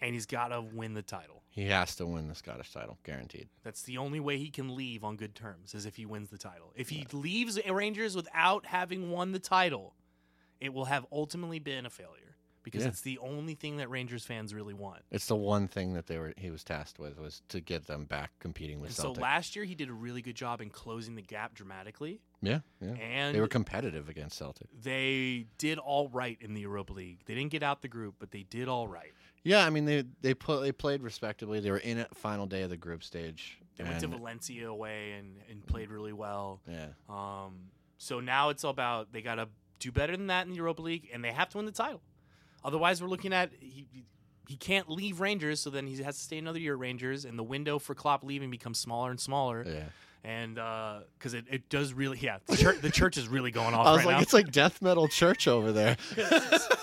Speaker 1: and he's got to win the title.
Speaker 2: He has to win the Scottish title, guaranteed.
Speaker 1: That's the only way he can leave on good terms is if he wins the title. If he leaves Rangers without having won the title, it will have ultimately been a failure because
Speaker 2: Yeah.
Speaker 1: it's the only thing that Rangers fans really want.
Speaker 2: It's the one thing that they were he was tasked with was to get them back competing with
Speaker 1: And
Speaker 2: Celtic.
Speaker 1: so last year he did a really good job in closing the gap dramatically,
Speaker 2: yeah, yeah.
Speaker 1: and
Speaker 2: They were competitive against Celtic.
Speaker 1: they did all right in the Europa League. They didn't get out the group, but they did all right.
Speaker 2: Yeah, I mean they they put they played respectably. They were in it final day of the group stage.
Speaker 1: They went to
Speaker 2: and-
Speaker 1: Valencia away and, and played really well.
Speaker 2: yeah.
Speaker 1: Um, so now it's all about they got to do better than that in the Europa League, and they have to win the title. Otherwise, we're looking at he he can't leave Rangers, so then he has to stay another year at Rangers, and the window for Klopp leaving becomes smaller and smaller.
Speaker 2: Yeah.
Speaker 1: And because it, it does really, yeah, the church, the church is really going off
Speaker 2: I was
Speaker 1: right
Speaker 2: like,
Speaker 1: now.
Speaker 2: it's like death metal church
Speaker 1: [laughs]
Speaker 2: over there.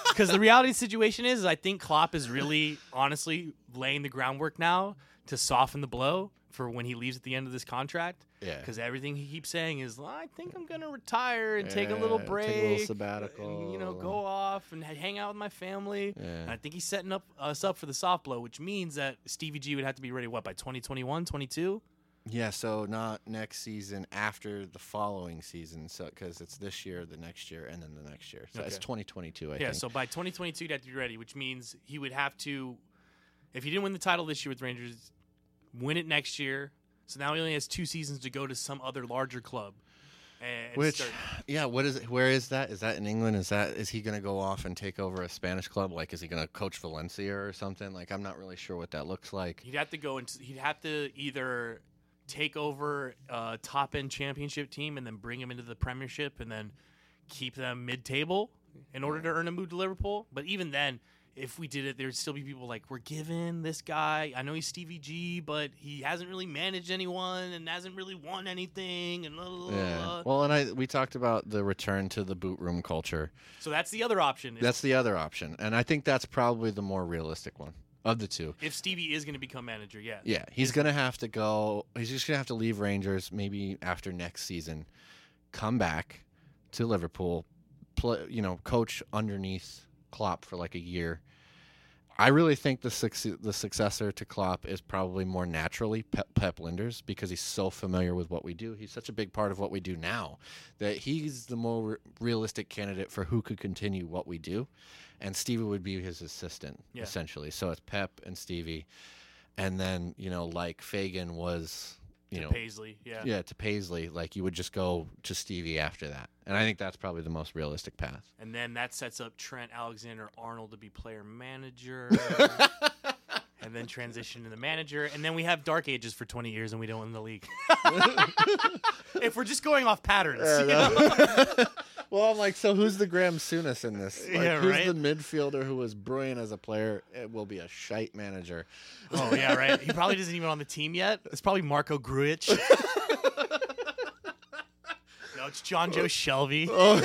Speaker 1: Because the reality of the situation is, is, I think Klopp is really, honestly, laying the groundwork now to soften the blow for when he leaves at the end of this contract.
Speaker 2: Yeah.
Speaker 1: Because everything he keeps saying is, "Well, I think I'm gonna retire and take a little
Speaker 2: Yeah, take a
Speaker 1: break,
Speaker 2: little
Speaker 1: and,
Speaker 2: sabbatical
Speaker 1: you know,
Speaker 2: and-
Speaker 1: go off and h- hang out with my family." And I think he's setting up us up for the soft blow, which means that Stevie G would have to be ready what by 2021, 22.
Speaker 2: Yeah, so not next season, after the following season, so because it's this year, the next year, and then the next year. So it's
Speaker 1: Okay.
Speaker 2: 2022, I
Speaker 1: Yeah,
Speaker 2: think.
Speaker 1: so by 2022, he'd have to be ready, which means he would have to, if he didn't win the title this year with Rangers, win it next year. So now he only has two seasons to go to some other larger club. And
Speaker 2: Which,
Speaker 1: start-
Speaker 2: yeah, what is it? Where is that? Is that in England? Is that is he going to go off and take over a Spanish club? Like, is he going to coach Valencia or something? Like, I'm not really sure what that looks like.
Speaker 1: he'd have to go and he'd have to either take over a top end championship team and then bring him into the Premiership and then keep them mid table in order to earn a move to Liverpool. But even then. If we did it, there'd still be people like, we're giving this guy. I know he's Stevie G, but he hasn't really managed anyone and hasn't really won anything. And blah, blah, blah,
Speaker 2: Yeah.
Speaker 1: blah.
Speaker 2: Well, and I we talked about the return to the boot room culture.
Speaker 1: so that's the other option. is
Speaker 2: That's the other option, and I think that's probably the more realistic one of the two.
Speaker 1: if Stevie is going to become manager, yeah.
Speaker 2: Yeah, he's gonna have to go. He's just gonna have to leave Rangers maybe after next season, come back to Liverpool, play, you know, coach underneath Klopp for like a year. I really think the succe- the successor to Klopp is probably more naturally Pep, Pep Linders because he's so familiar with what we do. He's such a big part of what we do now that he's the more re- realistic candidate for who could continue what we do, and Stevie would be his assistant
Speaker 1: Yeah.
Speaker 2: essentially. So it's Pep and Stevie and then you know like Fagan was you know
Speaker 1: Paisley, yeah.
Speaker 2: yeah to Paisley like you would just go to Stevie after that and I think that's probably the most realistic path
Speaker 1: And then that sets up Trent Alexander Arnold to be player
Speaker 2: [laughs]
Speaker 1: manager. and then transition to the manager. And then we have Dark Ages for 20 years and we don't win the
Speaker 2: [laughs]
Speaker 1: league. if we're just going off patterns. you know? [laughs]
Speaker 2: [laughs] well I'm like so who's the Graham Souness in this
Speaker 1: Like, Yeah, who's right? the
Speaker 2: midfielder who was brilliant as a player it will be a shite manager
Speaker 1: Oh, yeah, right. He probably isn't even on the team yet. It's probably Marco
Speaker 2: [laughs]
Speaker 1: Gruich. no, it's John Joe Shelby. Oh.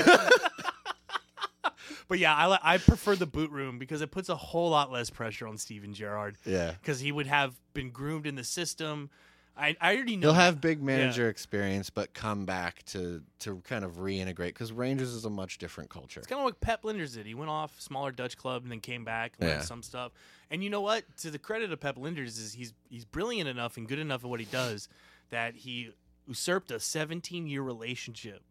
Speaker 1: but yeah, I, li- I prefer the boot room because it puts a whole lot less pressure on Steven Gerrard.
Speaker 2: [laughs] yeah
Speaker 1: because he would have been groomed in the system. I, I already know.
Speaker 2: he'll
Speaker 1: that.
Speaker 2: have big manager experience but come back to to kind of reintegrate because Rangers is a much different culture
Speaker 1: It's kind of like Pep Linders did. He went off smaller Dutch club and then came back, learned
Speaker 2: Yeah.
Speaker 1: some stuff. And you know what? To the credit of Pep Linders is he's he's brilliant enough and good enough at what he does that he usurped a 17 year relationship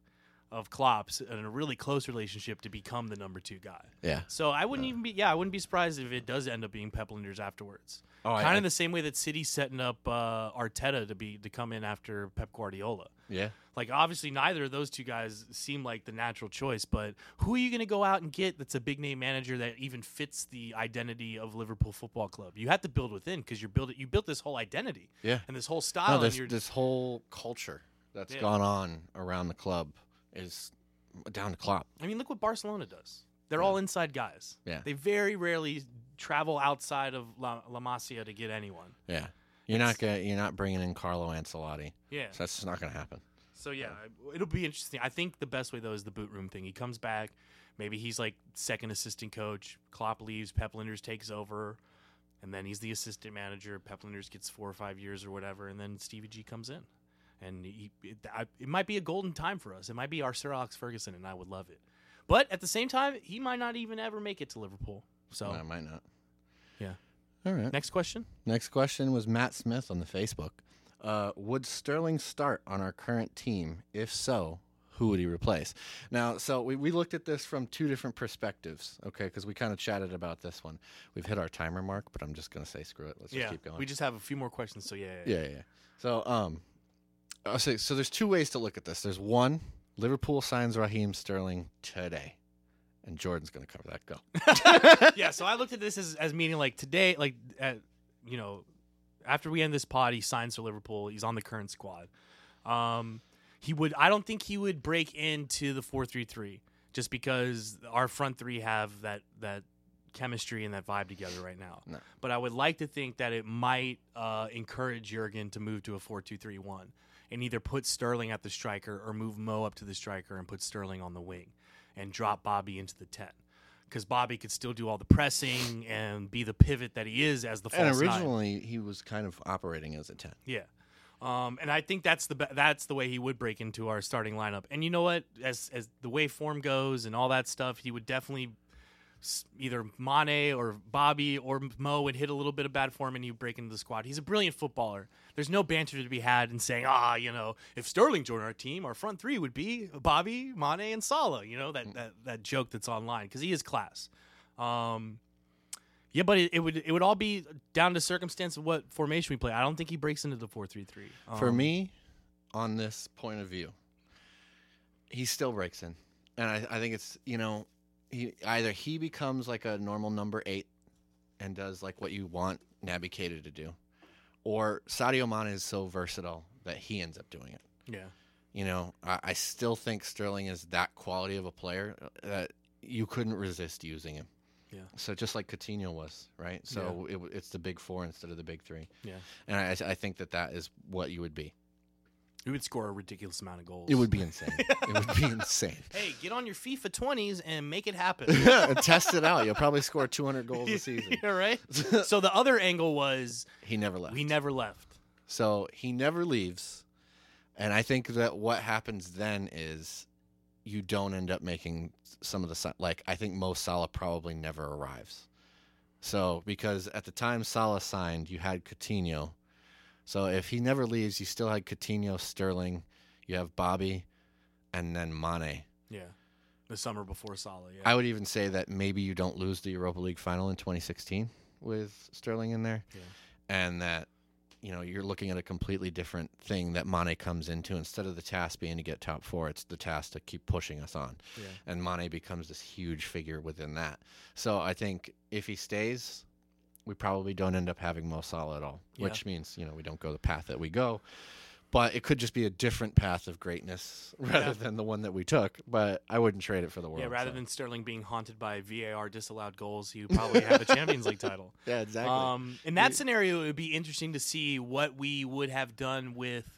Speaker 1: of Klopp's in a really close relationship to become the number two guy.
Speaker 2: Yeah.
Speaker 1: So I wouldn't even be yeah I wouldn't be surprised if it does end up being Pep Linders afterwards.
Speaker 2: Oh, I-
Speaker 1: kind
Speaker 2: I-
Speaker 1: of the same way that City's setting up uh, Arteta to be to come in after Pep Guardiola.
Speaker 2: Yeah.
Speaker 1: Like obviously neither of those two guys seem like the natural choice, but who are you going to go out and get that's a big name manager that even fits the identity of Liverpool Football Club? You have to build within because you're building you built this whole identity
Speaker 2: Yeah.
Speaker 1: and this whole
Speaker 2: No,
Speaker 1: style and
Speaker 2: this,
Speaker 1: you're
Speaker 2: this whole culture that's
Speaker 1: Yeah.
Speaker 2: gone on around the club is down to Klopp.
Speaker 1: I mean, look what Barcelona does. They're all inside guys.
Speaker 2: Yeah.
Speaker 1: They very rarely travel outside of La, La Masia to get anyone.
Speaker 2: Yeah. You're not gonna, you're not bringing in Carlo Ancelotti.
Speaker 1: Yeah.
Speaker 2: So that's just not going to happen.
Speaker 1: So yeah, I- it'll be interesting. I think the best way though is the boot room thing. He comes back, maybe he's like second assistant coach. Klopp leaves, Pep Linders takes over, and then he's the assistant manager. Pep Linders gets four or five years or whatever, and then Stevie G comes in, and he, it, I, it might be a golden time for us. It might be our Sir Alex Ferguson, and I would love it. But at the same time, he might not even ever make it to Liverpool. So
Speaker 2: No, I might not.
Speaker 1: Yeah.
Speaker 2: All right.
Speaker 1: next question.
Speaker 2: Next question was Matt Smith on the Facebook. Uh, would Sterling start on our current team? If so, who would he replace? Now, so we, we looked at this from two different perspectives, okay? Because we kind of chatted about this one. We've hit our timer mark, but I'm just going to say screw it. Let's just keep going.
Speaker 1: we just have a few more questions. So yeah, yeah, yeah.
Speaker 2: yeah, yeah. yeah. So, um, I'll say- so there's two ways to look at this. There's one, Liverpool signs Raheem Sterling today, and Jordan's going to cover that. Go.
Speaker 1: [laughs] yeah, so I looked at this as, as meaning like today, like at, you know, after we end this pod, he signs for Liverpool. He's on the current squad. Um, he would. I don't think he would break into the four three three just because our front three have that that chemistry and that vibe together right now.
Speaker 2: No.
Speaker 1: But I would like to think that it might uh, encourage Jurgen to move to a four two three one and either put Sterling at the striker or move Mo up to the striker and put Sterling on the wing and drop Bobby into the ten. Because Bobby could still do all the pressing and be the pivot that he is as the false
Speaker 2: And
Speaker 1: nine.
Speaker 2: originally, he was kind of operating as a 10.
Speaker 1: Yeah. Um, and I think that's the be- that's the way he would break into our starting lineup. And you know what? As as the way form goes and all that stuff, he would definitely s- either Mane or Bobby or Mo would hit a little bit of bad form and he'd break into the squad. He's a brilliant footballer. There's no banter to be had in saying, ah, you know, if Sterling joined our team, our front three would be Bobby, Mane, and Salah. You know
Speaker 2: Mm.
Speaker 1: that that, that joke that's online because he is class. Um, yeah, but it, it would it would all be down to circumstance of what formation we play. I don't think he breaks into the four three three. Um,
Speaker 2: For me, on this point of view, he still breaks in, and I, I think it's you know, he either he becomes like a normal number eight, and does like what you want Naby Keita to do, or Sadio Mane is so versatile that he ends up doing it.
Speaker 1: yeah,
Speaker 2: You know, I, I still think Sterling is that quality of a player uh, that you couldn't resist using him.
Speaker 1: Yeah.
Speaker 2: So just like Coutinho was, right? So it w it's the big four instead of the big three.
Speaker 1: Yeah.
Speaker 2: And I, I think that that is what you would be.
Speaker 1: we would score a ridiculous amount of goals.
Speaker 2: It would be insane. it
Speaker 1: [laughs]
Speaker 2: would be insane.
Speaker 1: Hey, get on your FIFA twenties and make it happen.
Speaker 2: [laughs] Test it out. You'll probably score 200 goals a season.
Speaker 1: [laughs]
Speaker 2: [laughs]
Speaker 1: yeah, right. so the other angle was
Speaker 2: He never left.
Speaker 1: we never left.
Speaker 2: So he never leaves. And I think that what happens then is you don't end up making some of the si- like I think Mo Salah probably never arrives. So because at the time Salah signed, you had Coutinho. So if he never leaves, you still had Coutinho, Sterling, you have Bobby, and then Mane.
Speaker 1: Yeah, the summer before Salah. Yeah,
Speaker 2: I would even say that maybe you don't lose the Europa League final in 2016 with Sterling in there,
Speaker 1: Yeah.
Speaker 2: and that you know you're looking at a completely different thing that Mane comes into instead of the task being to get top four, it's the task to keep pushing us on,
Speaker 1: yeah.
Speaker 2: and Mane becomes this huge figure within that. So I think if he stays. We probably don't end up having Mo Salah at all,
Speaker 1: Yeah.
Speaker 2: which means you know we don't go the path that we go, but it could just be a different path of greatness [laughs] rather
Speaker 1: Yeah.
Speaker 2: than the one that we took. But I wouldn't trade it for the world.
Speaker 1: yeah, rather
Speaker 2: so.
Speaker 1: than Sterling being haunted by VAR disallowed goals, he would probably have
Speaker 2: [laughs]
Speaker 1: the Champions League title.
Speaker 2: yeah, exactly.
Speaker 1: Um, in that scenario, it would be interesting to see what we would have done with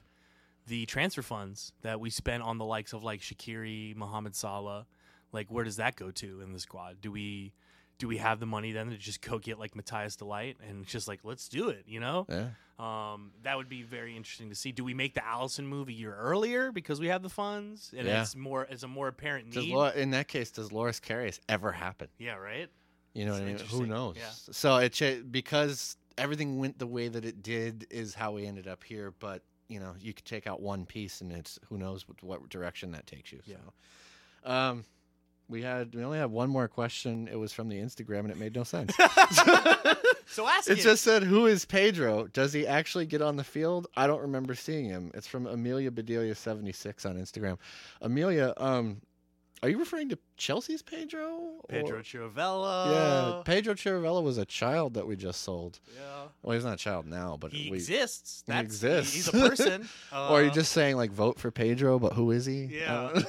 Speaker 1: the transfer funds that we spent on the likes of like Shakiri, Mohamed Salah. Like, where does that go to in the squad? Do we do we have the money then to just go get like Matthias Delight and it's just like let's do it? You know,
Speaker 2: Yeah.
Speaker 1: um, that would be very interesting to see. Do we make the Allison move a year earlier because we have the funds and
Speaker 2: Yeah.
Speaker 1: it's more it's a more apparent
Speaker 2: Does
Speaker 1: need?
Speaker 2: Lau- in that case, does Loris Carius ever happen?
Speaker 1: yeah,
Speaker 2: [laughs]
Speaker 1: right. [laughs]
Speaker 2: You know
Speaker 1: It's
Speaker 2: what I mean? Who
Speaker 1: interesting.
Speaker 2: knows?
Speaker 1: Yeah.
Speaker 2: So it cha- because everything went the way that it did is how we ended up here. But you know you could take out one piece and it's who knows what, what direction that takes you.
Speaker 1: Yeah.
Speaker 2: So, um, we had we only had one more question. It was from the Instagram and it made no sense.
Speaker 1: So ask
Speaker 2: It
Speaker 1: it.
Speaker 2: just said, "Who is Pedro? Does he actually get on the field? I don't remember seeing him." It's from Amelia Bedelia seventy six on Instagram. Amelia, um, are you referring to Chelsea's Pedro? or-
Speaker 1: Pedro Uh,
Speaker 2: yeah,
Speaker 1: Chiravella.
Speaker 2: Pedro Chiravella was a child that we just sold.
Speaker 1: Yeah.
Speaker 2: Well, he's not a child now, but
Speaker 1: He
Speaker 2: we.
Speaker 1: exists. That's,
Speaker 2: exists.
Speaker 1: he's a
Speaker 2: [laughs]
Speaker 1: person. Uh,
Speaker 2: Or are you just saying like vote for Pedro? But who is he? I
Speaker 1: Yeah.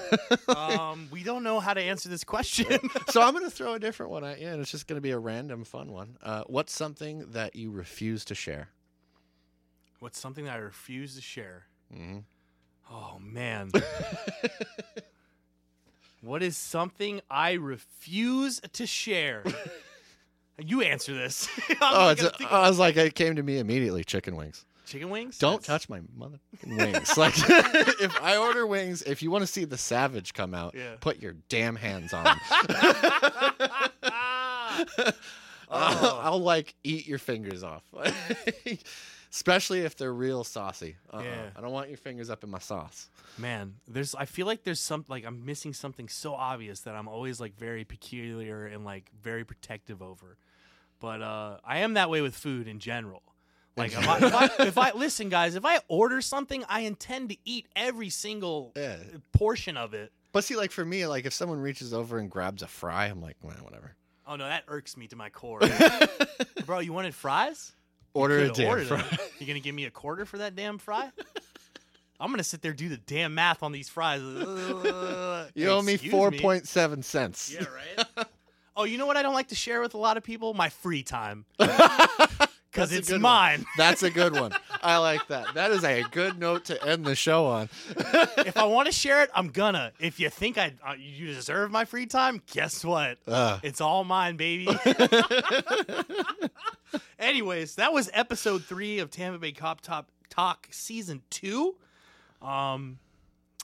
Speaker 2: don't-
Speaker 1: um, we don't know how to answer this question.
Speaker 2: [laughs] so I'm gonna throw a different one at you, and it's just gonna be a random fun one. Uh, what's something that you refuse to share?
Speaker 1: What's something that I refuse to share?
Speaker 2: hmm
Speaker 1: Oh man. [laughs] what is something I refuse to
Speaker 2: [laughs]
Speaker 1: share? you answer this. [laughs] I'm
Speaker 2: Oh,
Speaker 1: not
Speaker 2: it's
Speaker 1: gonna
Speaker 2: a-
Speaker 1: think of-
Speaker 2: I was like, it came to me immediately. Chicken wings.
Speaker 1: chicken wings.
Speaker 2: Don't
Speaker 1: That's- [laughs]
Speaker 2: touch my mother wings. Like [laughs] if I order wings, if you want to see the savage come out,
Speaker 1: Yeah.
Speaker 2: put your damn hands
Speaker 1: [laughs]
Speaker 2: on them. [laughs] I'll,
Speaker 1: oh,
Speaker 2: I'll, like eat your fingers off. [laughs] Especially if they're real saucy. Uh-uh.
Speaker 1: Yeah.
Speaker 2: I don't want your fingers up in my sauce.
Speaker 1: man, there's. I feel like there's some like I'm missing something so obvious that I'm always like very peculiar and like very protective over. But uh, I am that way with food in general. Like if I, if, I,
Speaker 2: [laughs]
Speaker 1: if I listen, guys, if I order something, I intend to eat every single
Speaker 2: Yeah.
Speaker 1: portion of it.
Speaker 2: But see, like for me, like if someone reaches over and grabs a fry, I'm like, well, whatever.
Speaker 1: Oh no, that irks me to my
Speaker 2: [laughs]
Speaker 1: core. Bro, you wanted fries?
Speaker 2: Order a
Speaker 1: Could've
Speaker 2: damn
Speaker 1: ordered them.
Speaker 2: fry.
Speaker 1: You gonna give me a quarter for that damn fry? I'm gonna sit there do the damn math on these fries. [laughs]
Speaker 2: You owe me
Speaker 1: Excuse
Speaker 2: four point seven cents.
Speaker 1: Yeah, right. [laughs] Oh, you know what I don't like to share with a lot of people? My free time,
Speaker 2: [laughs] That's
Speaker 1: because
Speaker 2: a
Speaker 1: it's
Speaker 2: good one.
Speaker 1: mine.
Speaker 2: [laughs] That's a good one. I like that. That is a good note to end the show on.
Speaker 1: if I want to share it, I'm gonna. If you think I uh, you deserve my free time, guess what?
Speaker 2: Uh,
Speaker 1: It's all mine,
Speaker 2: [laughs]
Speaker 1: baby. Anyways, that was episode three of Tampa Bay Cop Top Talk season two. Um,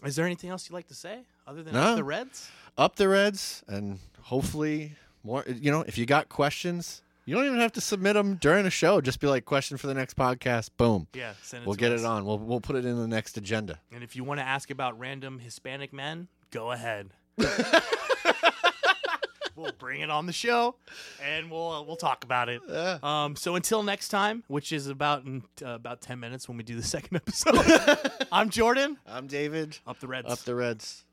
Speaker 1: is there anything else you'd like to say other than
Speaker 2: No.
Speaker 1: the Reds?
Speaker 2: up the Reds, and hopefully more. You know, if you got questions, you don't even have to submit them during a show. Just be like, question for the next podcast. Boom,
Speaker 1: Yeah, send it
Speaker 2: we'll
Speaker 1: to
Speaker 2: get
Speaker 1: us.
Speaker 2: it on. We'll we'll put it in the next agenda.
Speaker 1: And if you want to ask about random Hispanic men, go
Speaker 2: [laughs]
Speaker 1: ahead. we'll bring it on the show, and we'll uh, we'll talk about it.
Speaker 2: Yeah. [laughs]
Speaker 1: Um, so until next time, which is about in, uh,
Speaker 2: [laughs]
Speaker 1: about ten minutes when we do the second episode. I'm Jordan.
Speaker 2: I'm David.
Speaker 1: Up the Reds.
Speaker 2: Up the Reds.